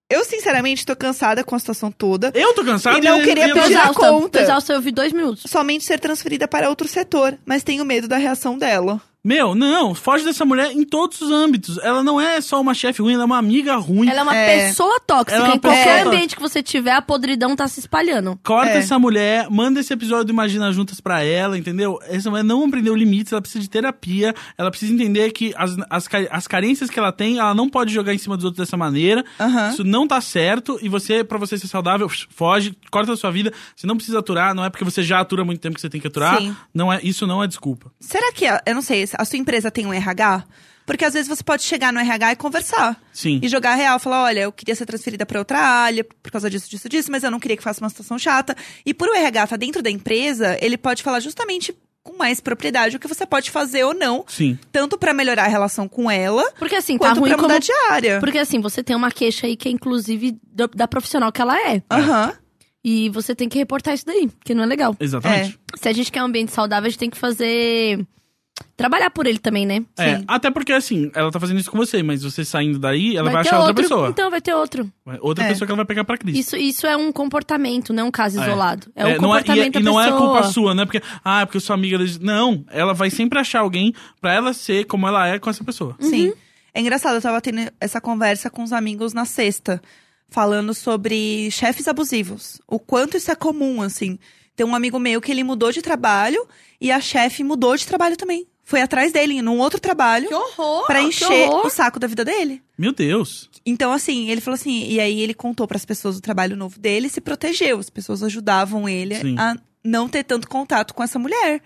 S3: Eu sinceramente tô cansada com a situação toda.
S2: Eu tô cansado né?
S3: E não queria
S2: e-
S1: Tô
S3: pedir- Tirar
S1: exausta. Tô
S3: conta.
S1: exausta, eu vi dois minutos.
S3: Somente ser transferida para outro setor, mas tenho medo da reação dela.
S2: Meu, não, foge dessa mulher em todos os âmbitos. Ela não é só uma chefe ruim, ela é uma amiga ruim.
S1: Ela é uma
S3: É.
S1: pessoa tóxica.
S2: Ela é uma
S1: em qualquer
S2: pessoa-
S1: ambiente que você tiver, a podridão tá se espalhando.
S2: Corta
S3: É.
S2: essa mulher, manda esse episódio do Imagina Juntas pra ela, entendeu? Essa mulher não aprendeu limites, ela precisa de terapia, ela precisa entender que as, as, ca- as carências que ela tem, ela não pode jogar em cima dos outros dessa maneira.
S3: Aham.
S2: Isso não tá certo, e você, pra você ser saudável, foge, corta a sua vida. Você não precisa aturar, não é porque você já atura há muito tempo que você tem que aturar.
S3: Sim.
S2: Não é, isso não é desculpa.
S3: Será que, a- eu não sei, a sua empresa tem um RH? Porque às vezes você pode chegar no RH e conversar.
S2: Sim.
S3: E jogar real, falar, olha, eu queria ser transferida para outra área por causa disso, disso, disso, mas eu não queria que faça uma situação chata. E por o RH estar dentro da empresa, ele pode falar justamente com mais propriedade o que você pode fazer ou não,
S2: Sim.
S3: tanto para melhorar a relação com ela,
S1: Porque assim, tá
S3: quanto
S1: ruim
S3: para
S1: como...
S3: mudar de área.
S1: Porque assim, você tem uma queixa aí que é inclusive do- da profissional que ela é.
S3: Aham.
S1: E você tem que reportar isso daí, que não é legal.
S2: Exatamente.
S1: Se a gente quer um ambiente saudável, a gente tem que fazer... Trabalhar por ele também, né?
S2: É. até porque, assim, ela tá fazendo isso com você, mas você saindo daí, ela vai,
S1: ter
S2: achar outra
S1: outro-
S2: pessoa.
S1: Então vai ter outro.
S2: Vai- Outra
S3: É.
S2: pessoa que ela vai pegar pra crise.
S1: Isso, isso é um comportamento, não é um caso
S2: É.
S1: isolado. É, um
S2: não e-
S1: comportamento
S2: e,
S1: da
S2: não é
S1: pessoa.
S2: culpa sua, né? Porque, ah, é porque eu sou amiga. desde- Não, ela vai sempre achar alguém pra ela ser como ela é com essa pessoa.
S1: Hum. Uhum.
S3: Sim. É engraçado, eu tava tendo essa conversa com os amigos na sexta, falando sobre chefes abusivos. O quanto isso é comum, assim. Tem um amigo meu que ele mudou de trabalho e a chefe mudou de trabalho também. Foi atrás dele, num outro trabalho,
S1: horror!
S3: pra encher
S1: horror.
S3: o saco da vida dele.
S2: Meu Deus.
S3: Então, assim, ele falou assim, e aí ele contou pras pessoas o trabalho novo dele e se protegeu. As pessoas ajudavam ele
S2: Sim.
S3: a não ter tanto contato com essa mulher.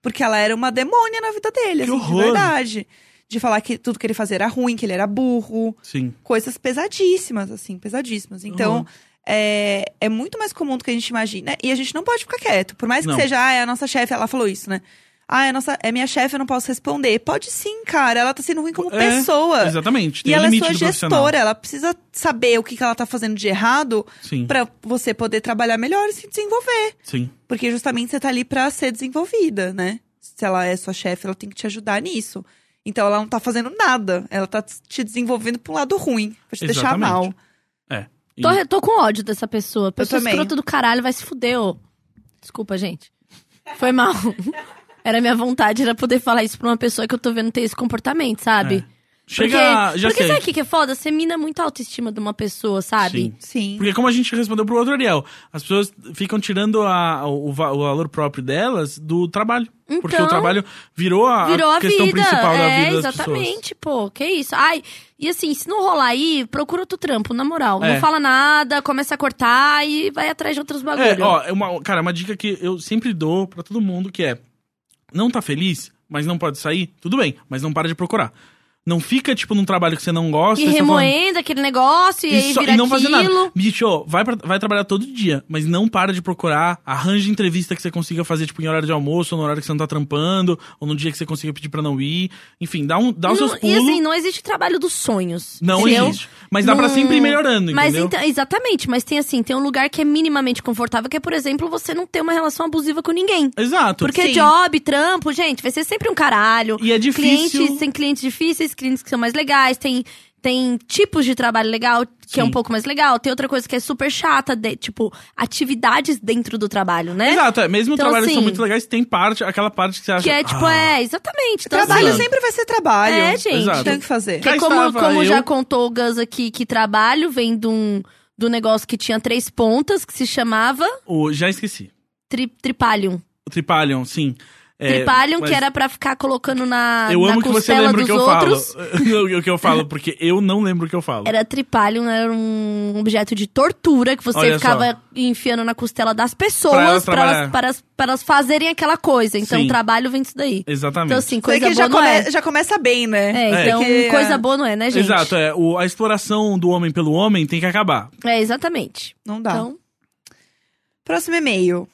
S3: Porque ela era uma demônia na vida dele,
S2: Que
S3: assim,
S2: horror.
S3: de verdade. De falar que tudo que ele fazia era ruim, que ele era burro.
S2: Sim.
S3: Coisas pesadíssmas, assim, pesadíssimas. Então,
S2: Uhum.
S3: é, é muito mais comum do que a gente imagina. E a gente não pode ficar quieto. Por mais que
S2: Não.
S3: seja, ah, é a nossa chefe, ela falou isso, né? Ah, é, a nossa, é minha chefe, eu não posso responder. Pode sim, cara. Ela tá sendo ruim como
S2: É,
S3: pessoa.
S2: Exatamente. Tem
S3: E ela é
S2: limite
S3: sua
S2: do profissional.
S3: gestora, ela precisa saber o que, que ela tá fazendo de errado
S2: Sim,
S3: pra você poder trabalhar melhor e se desenvolver.
S2: sim.
S3: Porque justamente você tá ali pra ser desenvolvida, né? Se ela é sua chefe, ela tem que te ajudar nisso. Então ela não tá fazendo nada. Ela tá te desenvolvendo pra um lado ruim, pra te deixar
S2: Exatamente.
S3: mal.
S2: É. E-
S1: Tô, tô com ódio dessa pessoa. Pessoa
S3: também.
S1: escrota do caralho vai se fuder, ô. Desculpa, gente. Foi mal. Era minha vontade, era poder falar isso pra uma pessoa que eu tô vendo ter esse comportamento, sabe?
S2: É. Chega.
S1: Porque,
S2: já
S1: porque
S2: sei.
S1: sabe o que que é foda? Você mina muito a autoestima de uma pessoa, sabe?
S2: Sim.
S3: Sim.
S2: Porque como a gente respondeu pro outro Ariel, as pessoas ficam tirando a- o, va- o valor próprio delas do trabalho. porque o
S1: Então,
S2: trabalho virou a, a
S1: Virou a,
S2: questão
S1: vida.
S2: principal
S1: é,
S2: da vida das pessoas.
S1: exatamente, pô. Que isso. Ai, e assim, se não rolar aí, procura outro trampo, na moral.
S2: É.
S1: Não fala nada, começa a cortar e vai atrás de outros bagulhos.
S2: É, ó, é uma, cara, uma dica que eu sempre dou pra todo mundo que é: não tá feliz, mas não pode sair, tudo bem, mas não para de procurar. Não fica, tipo, num trabalho que você não gosta.
S1: e
S2: aí você fala,
S1: remoendo aquele negócio, e, aí
S2: só-
S1: vira
S2: não
S1: aquilo.
S2: fazer nada. Bicho, vai, pra- vai trabalhar todo dia, mas não para de procurar. Arranja entrevista que você consiga fazer, tipo, em horário de almoço, ou no horário que você não tá trampando, ou no dia que você consiga pedir pra não ir. Enfim, dá, um, dá os
S1: Não-
S2: seus pulos.
S1: E assim, não existe trabalho dos sonhos.
S2: não
S1: entendeu?
S2: existe. Mas dá pra
S1: Não-
S2: sempre ir melhorando,
S1: Mas
S2: entendeu?
S1: então, exatamente, mas tem assim, tem um lugar que é minimamente confortável, que é, por exemplo, você não ter uma relação abusiva com ninguém.
S2: Exato.
S1: Porque
S3: Sim.
S1: job, trampo, gente, vai ser sempre um caralho.
S2: E é difícil.
S1: Clientes, tem clientes difíceis, clientes que são mais legais, tem, tem tipos de trabalho legal que é um
S2: Sim.
S1: pouco mais legal, tem outra coisa que é super chata, de- tipo, atividades dentro do trabalho, né?
S2: Exato, é, mesmo
S1: Então,
S2: trabalhos que são
S1: assim,
S2: muito legais, tem parte, aquela parte que você acha.
S1: Que é tipo,
S2: "Ah,
S1: é, exatamente. Então,
S3: Trabalho
S1: assim,
S3: sempre vai ser trabalho.
S1: É, gente.
S2: Exato.
S3: Tem o que fazer.
S2: Cá
S1: Porque como,
S2: estava
S1: como
S2: eu.
S1: já contou o Gus aqui, que trabalho vem de um, do negócio que tinha três pontas, que se chamava
S2: "Ah, o- já esqueci.
S1: tri, Tripalium.
S2: O Tripalion, sim. É,
S1: Tripalham,
S2: mas
S1: que era pra ficar colocando na,
S2: Eu
S1: na
S2: amo que você
S1: costela
S2: lembra
S1: dos
S2: o que eu
S1: outros.
S2: falo. o que eu falo, porque eu não lembro o que eu falo.
S1: Era tripalhum, era um objeto de tortura que você
S2: Olha
S1: ficava
S2: só.
S1: enfiando na costela das
S2: Pra elas
S1: pessoas pra
S2: trabalhar.
S1: elas, para elas, pra elas fazerem aquela coisa. Então,
S2: Sim.
S1: trabalho vem disso daí.
S2: Exatamente.
S1: Então, assim,
S3: Sei
S1: coisa boa
S3: que já,
S1: não é.
S3: come- já começa bem, né?
S1: É,
S2: É,
S1: então,
S3: que-
S1: coisa boa não é, né, gente?
S2: Exato, é. O, a exploração do homem pelo homem tem que acabar.
S1: É, exatamente.
S3: Não dá.
S1: Então,
S3: Próximo e-mail.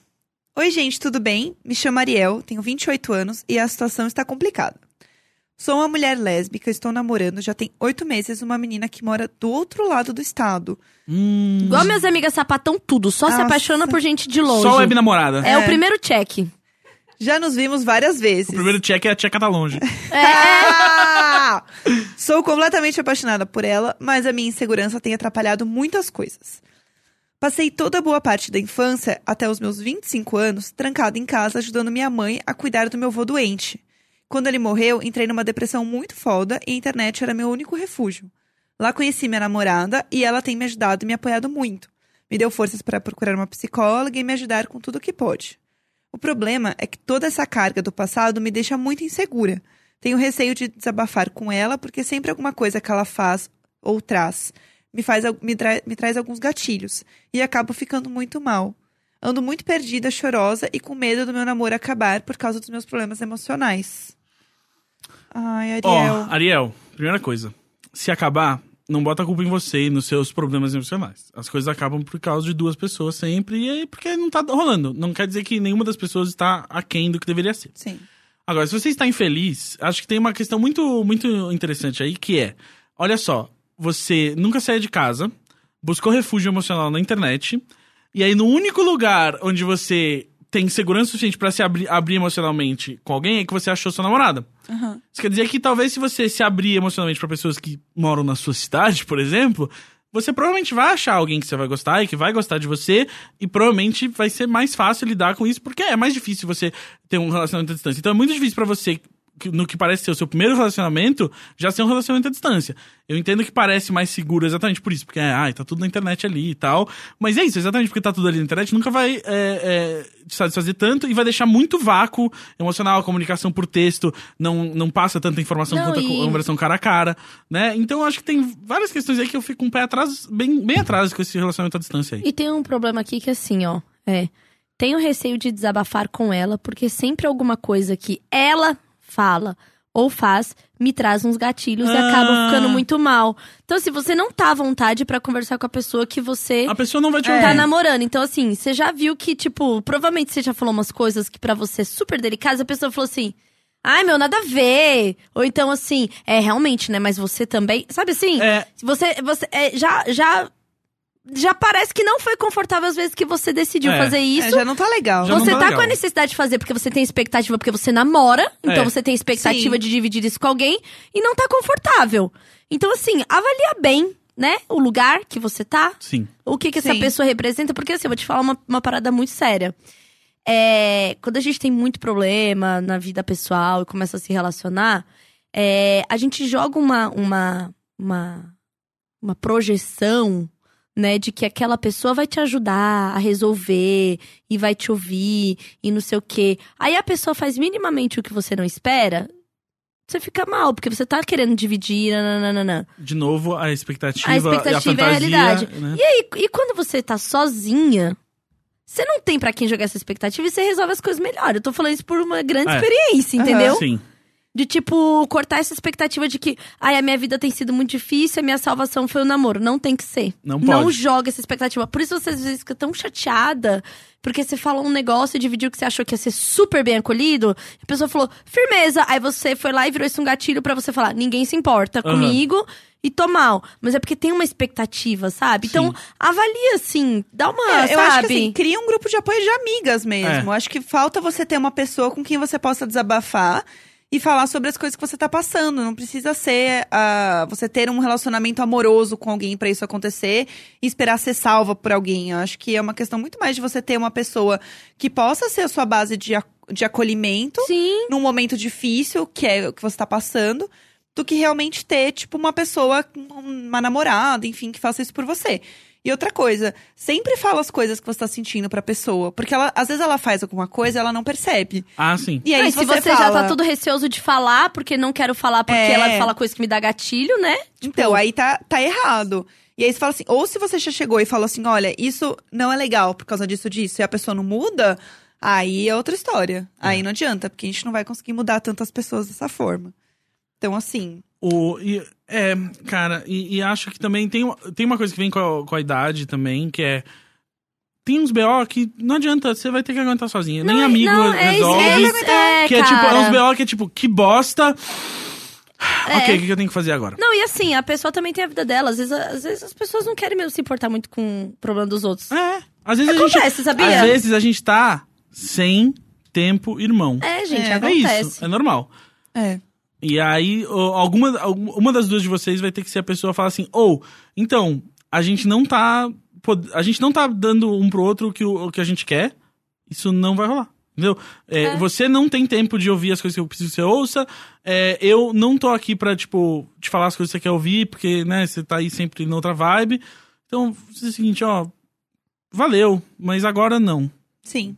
S3: Oi, gente, tudo bem? Me chamo Ariel, tenho 28 anos e a situação está complicada. Sou uma mulher lésbica, estou namorando já tem oito meses uma menina que mora do outro lado do estado.
S2: Hum,
S1: igual minhas amigas sapatão, tudo. Só se
S3: Nossa.
S1: apaixona por gente de longe.
S2: só web namorada.
S1: é, o primeiro check.
S3: Já nos vimos várias vezes.
S2: O primeiro check é a tcheca tá longe.
S3: Ah! Sou completamente apaixonada por ela, mas a minha insegurança tem atrapalhado muitas coisas. Passei toda a boa parte da infância, até os meus 25 anos, trancada em casa ajudando minha mãe a cuidar do meu avô doente. Quando ele morreu, entrei numa depressão muito foda e a internet era meu único refúgio. Lá conheci minha namorada e ela tem me ajudado e me apoiado muito. Me deu forças para procurar uma psicóloga e me ajudar com tudo o que pôde. O problema é que toda essa carga do passado me deixa muito insegura. Tenho receio de desabafar com ela, porque sempre alguma coisa que ela faz ou traz me, faz, al- me, tra- me traz alguns gatilhos e acabo ficando muito mal. Ando muito perdida, chorosa e com medo do meu namoro acabar por causa dos meus problemas emocionais. Ai,
S2: Ó,
S3: Ariel.
S2: Ariel, primeira coisa. Se acabar, não bota a culpa em você e nos seus problemas emocionais. As coisas acabam por causa de duas pessoas sempre e aí porque não tá rolando. Não quer dizer que nenhuma das pessoas está aquém do que deveria ser.
S3: Sim.
S2: Agora, se você está infeliz, acho que tem uma questão muito, muito interessante aí, que é: olha só, você nunca saiu de casa, buscou refúgio emocional na internet, e aí no único lugar onde você tem segurança suficiente para se abrir, abrir emocionalmente com alguém é que você achou sua namorada. Isso quer dizer que talvez se você se abrir emocionalmente para pessoas que moram na sua cidade, por exemplo, você provavelmente vai achar alguém que você vai gostar e que vai gostar de você, e provavelmente vai ser mais fácil lidar com isso, porque é mais difícil você ter um relacionamento à distância. Então é muito difícil para você, que- no que parece ser o seu primeiro relacionamento, já ser um relacionamento à distância. Eu entendo que parece mais seguro exatamente por isso, porque é, ai, tá tudo na internet ali e tal. Mas é isso, exatamente porque tá tudo ali na internet, nunca vai é, é, te satisfazer tanto e vai deixar muito vácuo emocional, a comunicação por texto, não, não passa tanta informação
S1: Não,
S2: quanto a
S1: e-
S2: conversão cara a cara, né? Então eu acho que tem várias questões aí que eu fico um pé atrás, bem, bem atrás com esse relacionamento à distância aí.
S1: E tem um problema aqui que é assim, ó. É. Tenho receio de desabafar com ela, porque sempre alguma coisa que ela fala ou faz me traz uns gatilhos e
S2: Ah.
S1: acabo ficando muito mal. Então, se você não tá à vontade pra conversar com a pessoa que você
S2: A pessoa não vai te
S1: tá
S2: ouvir.
S1: namorando. Então, assim, você já viu que, tipo, provavelmente você já falou umas coisas que pra você é super delicadas, a pessoa falou assim. Ai, meu, nada a ver. Ou então, assim, é realmente, né? Mas você também. Sabe assim?
S2: É,
S1: Você, você é, já, já, já parece que não foi confortável às vezes que você decidiu
S2: É.
S1: fazer
S3: É,
S1: isso.
S3: já não tá legal.
S2: Já não
S1: você
S2: tá
S1: tá,
S2: legal.
S1: com a necessidade de fazer porque você tem expectativa, porque você namora, então
S2: É.
S1: você tem expectativa
S3: Sim.
S1: de dividir isso com alguém e não tá confortável. Então, assim, avalia bem, né? O lugar que você tá,
S2: sim.
S1: o que, que essa
S3: Sim.
S1: pessoa representa, porque assim, eu vou te falar uma, uma parada muito séria. É, quando a gente tem muito problema na vida pessoal e começa a se relacionar, é, a gente joga uma, uma, uma, uma projeção, né, de que aquela pessoa vai te ajudar a resolver e vai te ouvir e não sei o quê. Aí a pessoa faz minimamente o que você não espera, você fica mal, porque você tá querendo dividir, nananana.
S2: De novo, a expectativa,
S1: A
S2: e a
S1: expectativa é a
S2: fantasia.
S1: realidade.
S2: né?
S1: E, e quando você tá sozinha, você não tem pra quem jogar essa expectativa e você resolve as coisas melhor. Eu tô falando isso por uma grande
S2: É.
S1: experiência,
S3: Aham.
S1: entendeu?
S2: Sim.
S1: De tipo, cortar essa expectativa de que, ai, a minha vida tem sido muito difícil, a minha salvação foi o namoro. Não tem que ser.
S2: Não
S1: Não
S2: pode.
S1: joga essa expectativa. Por isso você às vezes fica tão chateada, porque você falou um negócio e dividiu que você achou que ia ser super bem acolhido. A pessoa falou, firmeza. Aí você foi lá e virou isso um gatilho pra você falar, ninguém se importa
S2: Aham.
S1: comigo e tô mal. Mas é porque tem uma expectativa, sabe? Então, avalia assim, dá uma,
S3: É, eu acho que
S1: sabe?
S3: assim, cria um grupo de apoio de amigas mesmo. Acho que falta você ter uma pessoa com quem você possa desabafar e falar sobre as coisas que você tá passando. Não precisa ser ah, você ter um relacionamento amoroso com alguém pra isso acontecer e esperar ser salva por alguém. Eu acho que é uma questão muito mais de você ter uma pessoa que possa ser a sua base de, ac- de acolhimento
S1: Sim.
S3: num momento difícil que é o que você tá passando. do que realmente ter, tipo, uma pessoa, uma namorada, enfim, que faça isso por você. E outra coisa, sempre fala as coisas que você tá sentindo pra pessoa. Porque ela, às vezes ela faz alguma coisa e ela não percebe.
S2: Ah, sim.
S3: E aí,
S1: Não, e
S3: se
S1: se você já
S3: fala-
S1: tá todo receoso de falar, porque não quero falar porque
S3: É.
S1: ela fala coisa que me dá gatilho, né?
S3: Então, aí tá, tá errado. E aí você fala assim, ou se você já chegou e falou assim, olha, isso não é legal por causa disso, disso, e a pessoa não muda, aí é outra história. Aí não adianta, porque a gente não vai conseguir mudar tantas pessoas dessa forma. Então, assim,
S2: O, e- é, cara, e, e acho que também tem, uma- tem uma coisa que vem com a, com a idade também, que é. Tem uns BO que não adianta, você vai ter que aguentar sozinha. Nem amigo
S1: não, é isso,
S2: resolve.
S1: é isso, é,
S2: que é tipo, é
S1: cara.
S2: uns BO que é tipo, que bosta.
S1: É.
S2: Ok, o que eu tenho que fazer agora?
S1: Não, e assim, a pessoa também tem a vida dela. Às vezes, às vezes as pessoas não querem mesmo se importar muito com o problema dos outros.
S2: É. Às vezes a gente.
S1: Acontece, sabia?
S2: Às vezes a gente tá sem tempo, irmão.
S1: É, gente,
S3: É,
S1: acontece.
S2: É isso, é normal.
S3: é.
S2: E aí, ó, alguma, alguma- uma das duas de vocês vai ter que ser a pessoa falar assim, ou, então, a gente não tá. pod- A gente não tá dando um pro outro o que, o, o que a gente quer. Isso não vai rolar. Entendeu? É, Você não tem tempo de ouvir as coisas que eu preciso que você ouça. é, eu não tô aqui pra, tipo, te falar as coisas que você quer ouvir, porque, né, você tá aí sempre em outra vibe. Então, é o seguinte, ó. Valeu, mas agora não.
S3: Sim.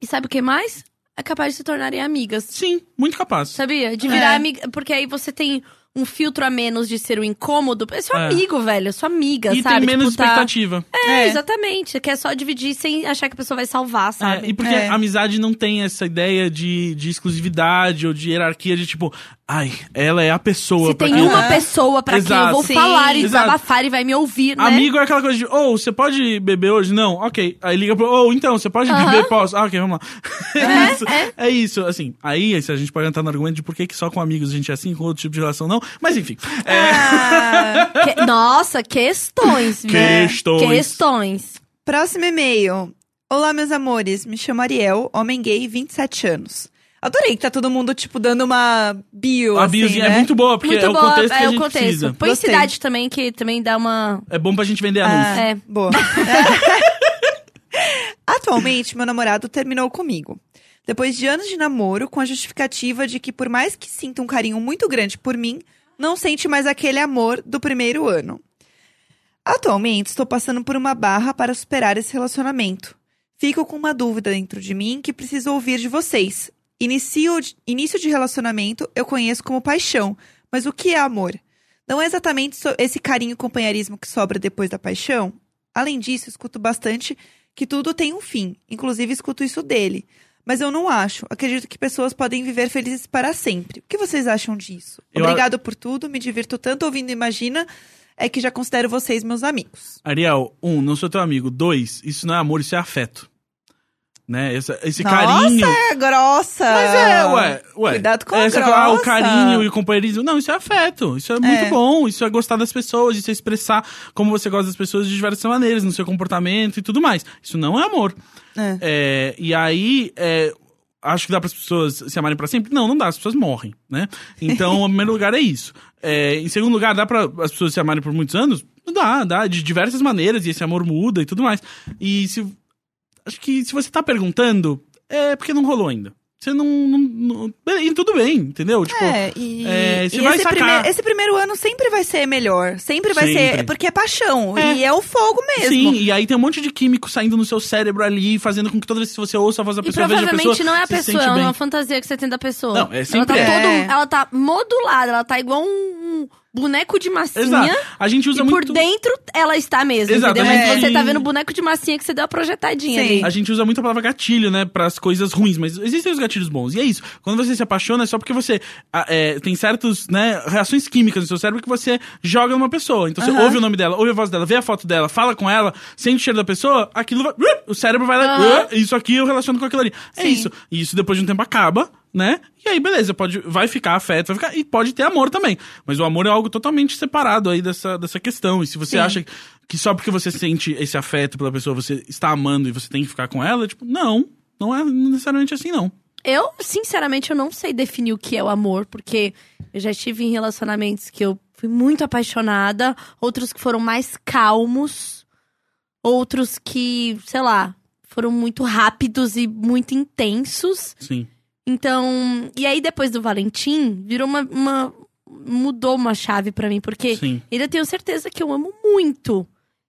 S1: E sabe o que mais? É capaz de se tornarem amigas.
S2: Sim, muito capaz.
S1: Sabia? De virar
S3: É.
S1: amiga. Porque aí você tem um filtro a menos de ser um incômodo. É seu
S2: É.
S1: amigo, velho. É sua amiga,
S2: E
S1: sabe?
S2: tem menos
S1: Tipo, tá-
S2: expectativa.
S1: É,
S3: É.
S1: exatamente. Quer só dividir sem achar que a pessoa vai salvar, sabe?
S2: É, e porque
S3: É.
S2: a amizade não tem essa ideia de, de exclusividade ou de hierarquia de tipo, ai, ela é a pessoa
S1: Se
S2: pra
S1: tem
S2: quem eu-
S1: uma né? pessoa pra quem
S2: é. Exato.
S1: eu vou
S2: Sim,
S1: falar e
S2: exato.
S1: desabafar e vai me ouvir, né?
S2: Amigo é aquela coisa de, ou você pode beber hoje? Não, ok. Aí liga pro, ou então, você pode
S1: Aham.
S2: beber? Posso? Ah, ok, vamos lá. É, isso, é isso, assim. Aí a gente pode entrar no argumento de por que que só com amigos a gente é assim, com outro tipo de relação não. Mas enfim. É,
S3: Ah,
S1: Que- nossa, questões, viu?
S2: Questões.
S1: Questões.
S3: próximo e-mail. Olá, meus amores. Me chamo Ariel, homem gay, 27 anos. Adorei que tá todo mundo, tipo, dando uma bio,
S2: a
S3: assim,
S2: biozinha
S3: né?
S2: é muito boa, porque
S1: Ah, Muito
S2: é o
S1: boa,
S2: contexto que
S1: é
S2: a
S1: o
S2: gente
S1: contexto.
S2: precisa.
S1: Põe
S3: Gostei.
S1: cidade também, que também dá uma.
S2: É bom pra gente vender anúncio.
S3: Ah,
S1: É.
S3: Boa. Atualmente, meu namorado terminou comigo. Depois de anos de namoro, com a justificativa de que, por mais que sinta um carinho muito grande por mim, não sente mais aquele amor do primeiro ano. Atualmente, estou passando por uma barra para superar esse relacionamento. Fico com uma dúvida dentro de mim que preciso ouvir de vocês. Inicio de- início de relacionamento eu conheço como paixão, mas o que é amor? Não é exatamente so- esse carinho e companheirismo que sobra depois da paixão? Além disso, escuto bastante que tudo tem um fim. Inclusive, escuto isso dele. Mas eu não acho. Acredito que pessoas podem viver felizes para sempre. O que vocês acham disso?
S2: Eu a-
S3: Obrigado por tudo. Me divirto tanto ouvindo Imagina. É que já considero vocês meus amigos.
S2: Ariel, um, não sou teu amigo. Dois, isso não é amor, isso é afeto. Né? Essa- esse
S3: Nossa,
S2: carinho.
S3: É grossa!
S2: Mas é, ué, ué.
S3: Cuidado com a
S2: Essa coisa, ah, o
S3: grossa.
S2: carinho e o companheirismo. Não, isso é afeto. Isso é muito
S3: É.
S2: bom. Isso é gostar das pessoas, isso é expressar como você gosta das pessoas de diversas maneiras, no seu comportamento e tudo mais. Isso não é amor.
S3: É.
S2: É, e aí, é, acho que dá para as pessoas se amarem para sempre? Não, não dá. As pessoas morrem, né? Então, em primeiro lugar, é isso. É, em segundo lugar, dá para as pessoas se amarem por muitos anos? Dá, dá. De diversas maneiras. E esse amor muda e tudo mais. E se acho que se você tá perguntando, é porque não rolou ainda. Você não. não- não- é, e tudo bem, entendeu? Tipo,
S3: É, e,
S2: é, você
S3: e
S2: vai
S3: esse,
S2: sacar.
S3: primeiro, esse primeiro ano sempre vai ser melhor. Sempre vai
S2: Sempre.
S3: ser. Porque é paixão.
S2: É.
S3: E é o fogo mesmo.
S2: sim, e aí tem um monte de químico saindo no seu cérebro ali, fazendo com que toda vez que você ouça a voz da
S1: E
S2: pessoa, veja a
S1: provavelmente
S2: pessoa.
S1: não é a
S2: se
S1: pessoa,
S2: sente
S1: é
S2: bem.
S1: uma fantasia que você tem da pessoa.
S2: Não, é sempre
S1: ela tá,
S3: é.
S1: todo-
S3: É.
S1: ela tá modulada, ela tá igual um, um boneco de massinha.
S2: Exato. A gente usa
S1: E por
S2: muito.
S1: dentro ela está mesmo,
S2: Exato, é.
S3: a
S1: entendeu? Mas
S3: gente-
S1: você tá vendo o boneco de massinha que você deu a projetadinha
S3: Sim.
S1: ali.
S2: A gente usa muito a palavra gatilho, né, Pras coisas ruins, mas existem os gatilhos bons. E é isso. Quando você se apaixona, é só porque você ah, é, tem certas né, reações químicas no seu cérebro que você joga numa pessoa. Então você
S3: Aham.
S2: ouve o nome dela, ouve a voz dela, vê a foto dela, fala com ela, sente o cheiro da pessoa, aquilo vai. uh, O cérebro vai lá.
S1: Aham.
S2: "Ah, Isso aqui eu relaciono com aquilo ali. É
S3: Sim.
S2: isso. E isso depois de um tempo acaba. Né? E aí, beleza, pode, vai ficar afeto, vai ficar, e pode ter amor também. Mas o amor é algo totalmente separado aí dessa, dessa questão. E se você
S3: Sim.
S2: acha que só porque você sente esse afeto pela pessoa, você está amando e você tem que ficar com ela, tipo, não, não é necessariamente assim, não.
S1: Eu, sinceramente, eu não sei definir o que é o amor, porque eu já estive em relacionamentos que eu fui muito apaixonada, outros que foram mais calmos, outros que, sei lá, foram muito rápidos e muito intensos.
S2: Sim.
S1: Então, e aí depois do Valentim, virou uma. uma- mudou uma chave pra mim, porque
S2: Sim.
S1: ele eu tenho certeza que eu amo muito.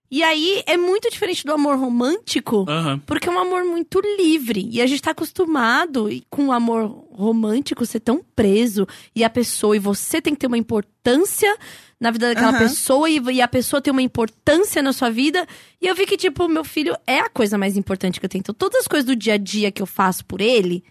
S1: E aí é muito diferente do amor romântico,
S2: Aham.
S1: porque é um amor muito livre. E a gente tá acostumado e com o amor romântico ser tão preso. E a pessoa, e você tem que ter uma importância na vida daquela
S3: Aham.
S1: pessoa. E, e a pessoa tem uma importância na sua vida. E eu vi que, tipo, meu filho é a coisa mais importante que eu tenho. Então, todas as coisas do dia a dia que eu faço por ele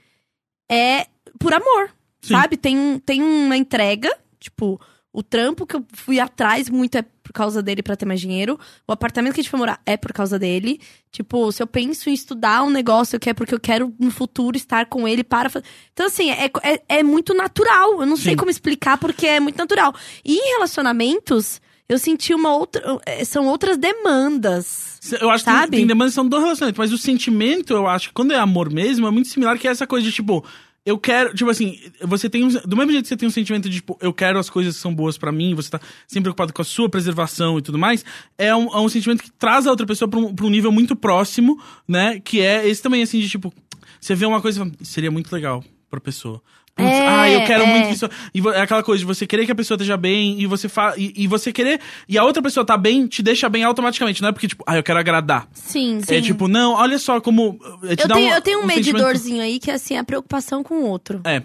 S1: é por amor,
S2: Sim.
S1: sabe? Tem, um, tem uma entrega, tipo, o trampo que eu fui atrás muito é por causa dele pra ter mais dinheiro. O apartamento que a gente foi morar é por causa dele. Tipo, se eu penso em estudar um negócio que é porque eu quero no futuro estar com ele para. fa- Então, assim, é, é, é muito natural. Eu não sei
S2: Sim.
S1: como explicar porque é muito natural. E em relacionamentos, eu senti uma outra. eh, São outras demandas.
S2: Se- Eu acho que tem,
S1: Sabe?
S2: tem demandas que são do relacionamento, mas o sentimento, eu acho que quando é amor mesmo, é muito similar que é essa coisa de tipo, eu quero, tipo assim, você tem um, do mesmo jeito que você tem um sentimento de tipo, eu quero as coisas que são boas pra mim, você tá sempre preocupado com a sua preservação e tudo mais, é um, é um sentimento que traz a outra pessoa pra um, pra um nível muito próximo, né? Que é esse também, assim, de tipo, você vê uma coisa e fala, "Isso seria muito legal pra pessoa. Putz,
S1: É,
S2: ah, eu quero
S1: é.
S2: muito que isso. E vo- é aquela coisa de você querer que a pessoa esteja bem e você fa... e, e você querer. E a outra pessoa tá bem, te deixa bem automaticamente. Não é porque, tipo, ah, eu quero agradar.
S1: Sim.
S2: É tipo, não, olha só como. é, te
S1: Eu
S2: dá
S1: tenho, eu tenho um,
S2: sentimento-
S1: medidorzinho aí que é assim, a preocupação com o outro.
S2: É,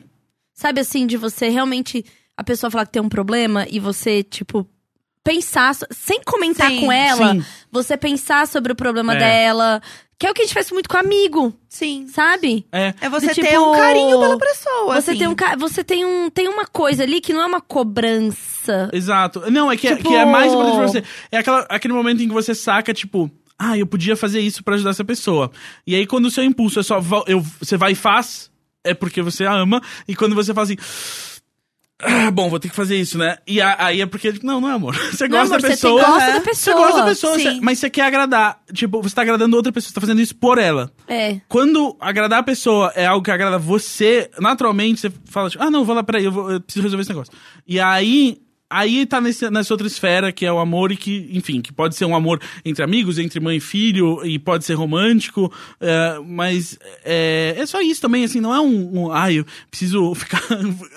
S1: Sabe assim, de você realmente. A pessoa falar que tem um problema e você, tipo, pensar. so- Sem comentar
S3: Sim,
S1: com ela,
S2: sim.
S1: você pensar sobre o problema
S2: É.
S1: dela. Que é o que a gente faz muito com amigo,
S3: Sim.
S1: sabe?
S2: é.
S3: É você
S1: Do tipo-
S3: ter um carinho pela pessoa.
S1: Você,
S3: assim.
S1: tem um, ca- você tem um. Tem uma coisa ali que não é uma cobrança.
S2: Exato. Não, é que, é-
S1: Tipo-
S2: que é mais importante pra você. É aquela- aquele momento em que você saca, tipo, ah, eu podia fazer isso pra ajudar essa pessoa. E aí, quando o seu impulso é só. vo- Eu, você vai e faz, é porque você a ama. E quando você faz assim. "Ah, bom, vou ter que fazer isso, né? E a- aí é porque. Não, não é amor. Você
S1: Não,
S2: gosta
S1: amor, você
S2: da pessoa.
S1: gosta da
S2: né?
S1: pessoa,
S2: Você gosta da pessoa,
S1: sim.
S2: você- mas você quer agradar. Tipo, você tá agradando outra pessoa, você tá fazendo isso por ela.
S1: É.
S2: Quando agradar a pessoa é algo que agrada você, naturalmente você fala tipo, ah, não, vou lá, peraí, eu, vou, eu preciso resolver esse negócio. E aí, aí tá nesse, nessa outra esfera que é o amor e que, enfim, que pode ser um amor entre amigos, entre mãe e filho, e pode ser romântico, é, mas é, é só isso também, assim, não é um, um ah, eu preciso ficar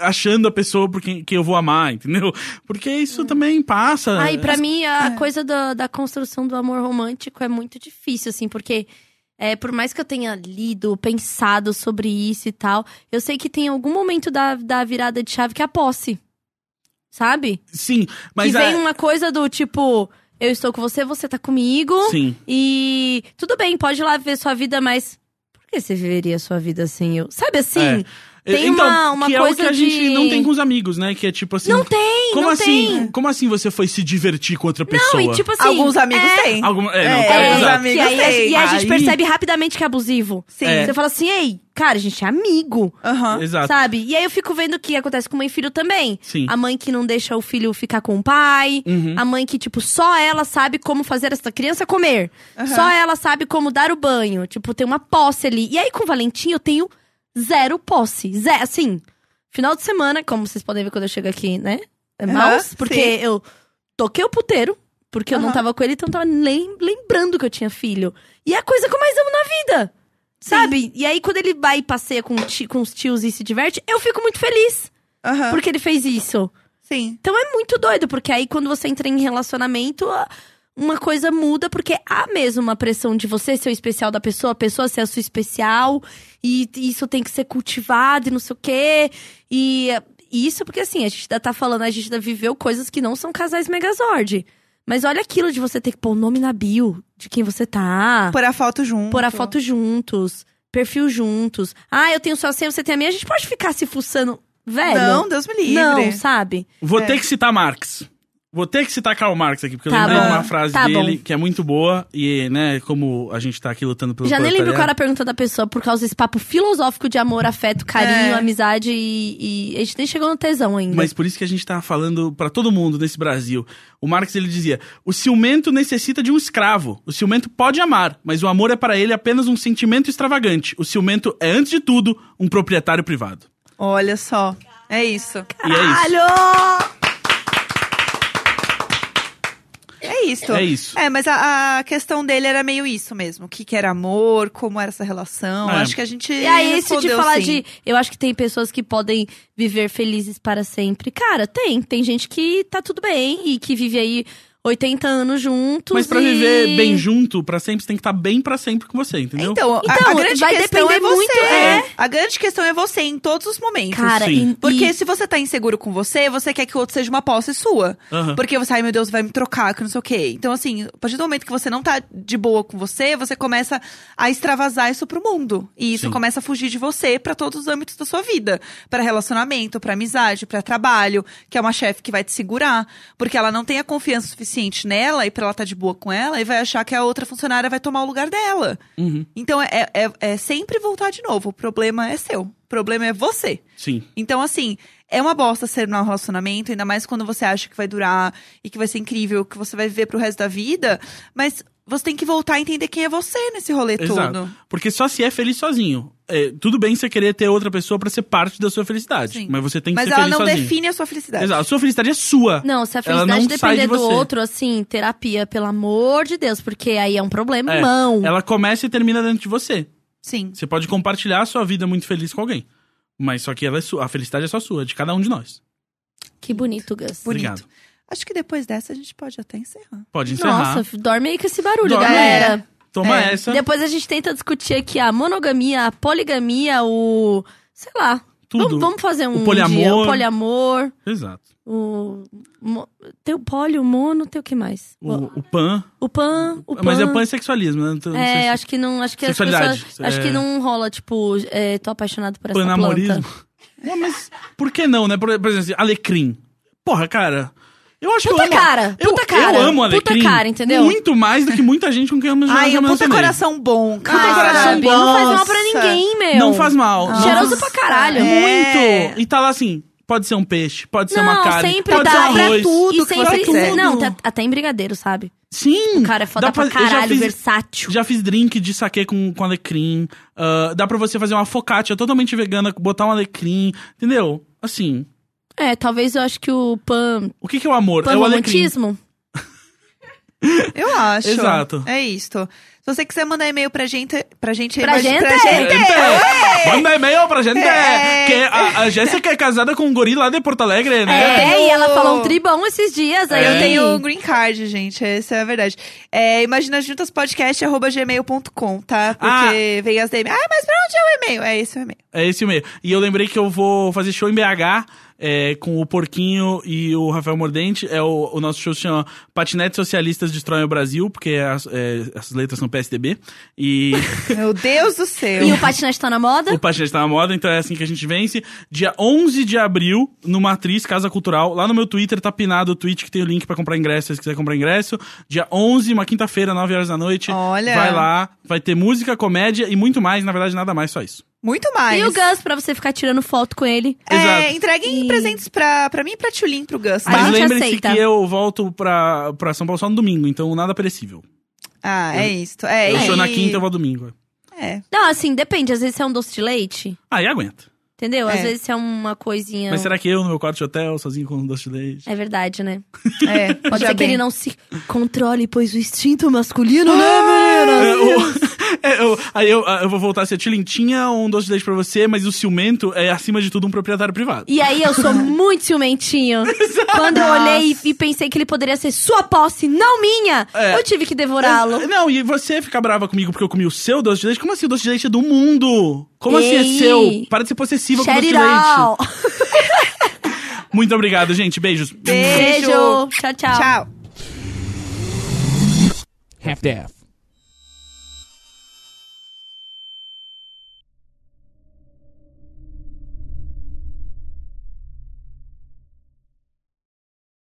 S2: achando a pessoa por quem que eu vou amar, entendeu? Porque isso também passa.
S1: Hum. Ai, pra mim, a
S2: é.
S1: coisa da, da construção do amor romântico é muito difícil, assim, porque é, por mais que eu tenha lido, pensado sobre isso e tal, eu sei que tem algum momento da, da virada de chave que é a posse. Sabe?
S2: Sim, mas é,
S1: que
S2: a-
S1: vem uma coisa do tipo, eu estou com você, você tá comigo.
S2: Sim.
S1: E tudo bem, pode ir lá ver sua vida, mas por que você viveria sua vida sem eu? Sabe assim? Tem
S2: então,
S1: uma- uma
S2: que
S1: coisa
S2: é o que a gente
S1: de-
S2: não tem com os amigos, né? Que é tipo assim.
S1: Não tem,
S2: Como
S1: não
S2: assim?
S1: tem.
S2: Como assim você foi se divertir com outra pessoa?
S1: Não, e tipo assim.
S3: Alguns amigos
S1: é,
S3: têm.
S2: Alguma... É, não,
S3: É,
S2: claro,
S3: alguns
S1: É,
S2: exato.
S3: amigos.
S1: que aí, a-
S3: sei.
S1: e a gente
S2: Aí-
S1: percebe rapidamente que é abusivo.
S3: Sim.
S2: É.
S1: Você fala assim, ei, cara, a gente é amigo,
S3: Aham.
S2: Exato.
S1: sabe? E aí eu fico vendo o que acontece com mãe e filho também.
S2: Sim.
S1: A mãe que não deixa o filho ficar com o pai.
S2: Uhum.
S1: A mãe que, tipo, só ela sabe como fazer essa criança comer. Só ela sabe como dar o banho. Tipo, tem uma posse ali. E aí com o Valentim eu tenho zero posse. Zero, assim, final de semana, como vocês podem ver quando eu chego aqui, né? É
S3: Aham,
S1: mouse, porque
S3: sim.
S1: eu toquei o puteiro, porque eu não
S3: Aham.
S1: tava com ele, então eu tava nem lembrando que eu tinha filho. E é a coisa que eu mais amo na vida. Sabe? E aí, quando ele vai e passeia com, o ti- com os tios e se diverte, eu fico muito feliz
S3: Aham.
S1: porque ele fez isso.
S3: Sim.
S1: Então é muito doido, porque aí quando você entra em relacionamento, a- uma coisa muda, porque há mesmo uma pressão de você ser o especial da pessoa, a pessoa ser a sua especial, e isso tem que ser cultivado e não sei o quê. E e isso porque assim, a gente ainda tá falando, a gente ainda viveu coisas que não são casais megazord. Mas olha aquilo de você ter que pôr o nome na bio de quem você tá.
S3: Pôr a foto junto.
S1: Pôr a foto juntos, perfil juntos. Ah, eu tenho sua senha, você tem a minha. A gente pode ficar se fuçando, velho.
S3: Não, Deus me livre.
S1: não, sabe?
S2: Vou
S3: É.
S2: ter que citar Marx. Vou ter que citar Karl Marx aqui, porque eu
S1: Tá
S2: lembrei
S1: bom.
S2: de uma frase
S1: Tá
S2: dele
S1: bom.
S2: que é muito boa. E, né, como a gente tá aqui lutando pelo
S1: Já nem lembro qual era
S2: proletariado.
S1: a pergunta da pessoa, por causa desse papo filosófico de amor, afeto, carinho,
S3: É.
S1: amizade e, e A gente nem chegou no tesão ainda.
S2: Mas por isso que a gente tá falando pra todo mundo nesse Brasil. O Marx ele dizia: "O ciumento necessita de um escravo. O ciumento pode amar, mas o amor é para ele apenas um sentimento extravagante. O ciumento é antes de tudo um proprietário privado."
S3: Olha só. É isso.
S2: E é isso.
S1: Caralho!
S3: É isso.
S2: É isso.
S3: É, mas a, a questão dele era meio isso mesmo. O que, que era amor, como era essa relação.
S2: É.
S3: Acho que a gente.
S1: E aí, esse de
S3: respondeu,
S1: falar
S3: sim.
S1: de. Eu acho que tem pessoas que podem viver felizes para sempre. Cara, tem. Tem gente que tá tudo bem e que vive aí 80 anos juntos.
S2: Mas pra
S1: e-
S2: viver bem junto, pra sempre, você tem que estar bem pra sempre com você, entendeu?
S3: Então, a- a,
S1: Então,
S3: grande
S1: vai
S3: questão é
S1: depender
S3: você.
S1: muito, é.
S3: A grande questão é você em todos os momentos.
S1: Cara,
S2: Sim.
S1: e-
S3: Porque
S1: e-
S3: se você tá inseguro com você, você quer que o outro seja uma posse sua.
S2: Aham.
S3: Porque você, ai meu Deus, vai me trocar, que não sei o quê. Então, assim, a partir do momento que você não tá de boa com você, você começa a extravasar isso pro mundo. E isso
S2: Sim.
S3: começa a fugir de você pra todos os âmbitos da sua vida. Pra relacionamento, pra amizade, pra trabalho, que é uma chefe que vai te segurar. Porque ela não tem a confiança suficiente nela e pra ela tá de boa com ela e vai achar que a outra funcionária vai tomar o lugar dela.
S2: Uhum.
S3: Então, é, é, é sempre voltar de novo. O problema é seu. O problema é você.
S2: Sim.
S3: Então, assim, é uma bosta ser um relacionamento, ainda mais quando você acha que vai durar e que vai ser incrível, que você vai viver pro resto da vida. Mas você tem que voltar a entender quem é você nesse rolê
S2: Exato.
S3: todo.
S2: Porque só se é feliz sozinho. É, tudo bem você querer ter outra pessoa pra ser parte da sua felicidade.
S3: Sim.
S2: Mas você tem que
S3: Mas
S2: ser
S3: ela
S2: feliz
S3: não
S2: sozinho.
S3: define a sua felicidade.
S2: Exato. A sua felicidade é sua.
S1: Não, se a
S2: Ela
S1: felicidade
S2: não sai
S1: depender
S2: de
S1: do
S2: você.
S1: outro, assim, terapia, pelo amor de Deus, porque aí é um problema, irmão.
S2: Ela começa e termina dentro de você.
S3: Sim.
S2: Você pode compartilhar a sua vida muito feliz com alguém. Mas só que ela é sua. A felicidade é só sua, de cada um de nós.
S1: Que bonito, Gus.
S3: Bonito.
S2: Obrigado.
S3: Acho que depois dessa a gente pode até encerrar.
S2: Pode encerrar.
S1: Nossa, f- dorme aí com esse barulho,
S2: Dorme.
S1: galera.
S2: Toma
S3: É.
S2: essa.
S1: Depois a gente tenta discutir aqui a monogamia, a poligamia, o. sei lá.
S2: Tudo.
S1: Vamos, vamos fazer um.
S2: poliamor.
S1: dia, o poliamor.
S2: Exato.
S1: O. mo- Tem o poli, o mono, tem o que mais?
S2: O,
S1: O,
S2: o pan.
S1: o pan, o pan.
S2: Mas é pan é sexualismo, né? Então, não sei se-
S1: É, acho que não. Acho que as
S2: Sexualidade,
S1: pessoas. Acho que
S2: é.
S1: não rola, tipo, é, tô apaixonado por essa
S2: Panamorismo.
S1: planta.
S2: Ué, mas por que não, né? Por, por exemplo, assim, alecrim. Porra, cara. Eu acho
S1: Puta
S2: que eu amo.
S1: cara,
S2: eu,
S1: puta cara,
S2: Eu amo
S1: puta
S2: alecrim.
S1: cara, entendeu?
S2: Muito mais do que muita gente com quem eu me
S3: Ai, um
S2: relaciono
S3: puta
S2: também.
S3: coração bom, cara.
S1: Cara,
S2: sabe?
S1: Ah, não faz mal pra
S3: Nossa.
S1: ninguém, meu.
S2: Não faz mal. não
S1: Cheiroso
S2: faz-
S1: pra caralho.
S3: É.
S2: Muito. E tá lá assim, pode ser um peixe, pode ser uma
S1: não,
S2: carne,
S1: sempre
S2: pode
S1: dá
S2: ser um
S1: pra
S2: arroz.
S1: tudo
S3: E
S1: que
S3: sempre-
S1: você quiser.
S3: tudo.
S1: Não, tá- até em brigadeiro, sabe?
S2: Sim.
S1: O cara é foda
S2: dá
S1: pra,
S2: eu
S1: caralho,
S2: já fiz,
S1: versátil.
S2: já fiz drink de saquê com, com alecrim. Ah, dá pra você fazer uma focaccia totalmente vegana, botar um alecrim, entendeu? Assim,
S1: É, talvez eu acho que o pan,
S2: o que que é o amor?
S1: um
S2: é o alecrim.
S1: panromantismo.
S3: Eu acho.
S2: Exato.
S3: É isto. Se você quiser mandar e-mail pra gente. Pra gente.
S1: Pra gente? é.
S3: Pra gente.
S2: Gente, Então, Manda um e-mail pra gente.
S3: É.
S2: Que a, a Jéssica é casada com um guri lá de Porto Alegre, né?
S1: É,
S3: tenho-
S1: e ela falou um tribão esses dias. Aí
S2: É.
S3: Eu
S1: eu
S3: tenho o green card, gente. Essa é a verdade. É, imagina juntaspodcast.gmail.com, tá?
S2: Ah.
S3: Porque vem as DM. Ah, mas pra onde é o e-mail? É esse o e-mail.
S2: É esse mesmo. E eu lembrei que eu vou fazer show em BH é, com o Porquinho e o Rafael Mordente. É o, o nosso show se chama Patinetes Socialistas Destroem o Brasil, porque as, é, as letras são PSDB. E
S3: Meu Deus do céu.
S1: E o patinete tá na moda.
S2: o Patinete tá na moda, então é assim que a gente vence. Dia 11 de abril, no Matriz Casa Cultural. Lá no meu Twitter tá pinado o tweet que tem o link pra comprar ingresso, se você quiser comprar ingresso. Dia 11, uma quinta-feira, 9 horas da noite.
S3: Olha.
S2: Vai lá, vai ter música, comédia e muito mais. Na verdade, nada mais, só isso.
S3: Muito mais.
S1: E o Gus, pra você ficar tirando foto com ele.
S3: É,
S2: Exato.
S3: entreguem
S1: E-
S3: presentes pra, pra mim e pra Tulin, pro Gus.
S1: A
S2: Mas
S3: Tá?
S1: gente
S2: lembrem-se
S1: aceita.
S2: que eu volto pra, pra São Paulo só no domingo, então nada perecível.
S3: Ah, é isto. É,
S2: eu
S3: e-
S2: sou na quinta, eu vou domingo.
S3: É.
S1: Não, assim, depende. Às vezes é um doce de leite,
S2: Aí Ah, aguenta.
S1: entendeu? Às
S3: É.
S1: vezes é uma coisinha...
S2: Mas será que eu, no meu quarto de hotel, sozinho com um doce de leite?
S1: É verdade, né?
S3: é
S1: Pode
S3: já
S1: ser que
S3: bem.
S1: ele não se controle, pois o instinto masculino, né, menina?
S2: É, o- é, eu- aí eu, eu vou voltar a ser tilintinha um doce de leite pra você, mas o ciumento é, acima de tudo, um proprietário privado.
S1: E aí eu sou muito ciumentinho. Quando eu olhei e- e pensei que ele poderia ser sua posse, não minha,
S2: É.
S1: eu tive que devorá-lo.
S2: Não, e você fica brava comigo porque eu comi o seu doce de leite? Como assim o doce de leite é do mundo? Como assim
S1: Ei.
S2: é seu? Para de ser possessiva com o doce
S1: Shut
S2: de
S1: it
S2: leite.
S1: out.
S2: Muito obrigado, gente. Beijos.
S3: Beijo.
S1: Beijo. Tchau, tchau.
S3: Tchau.
S6: half-daff.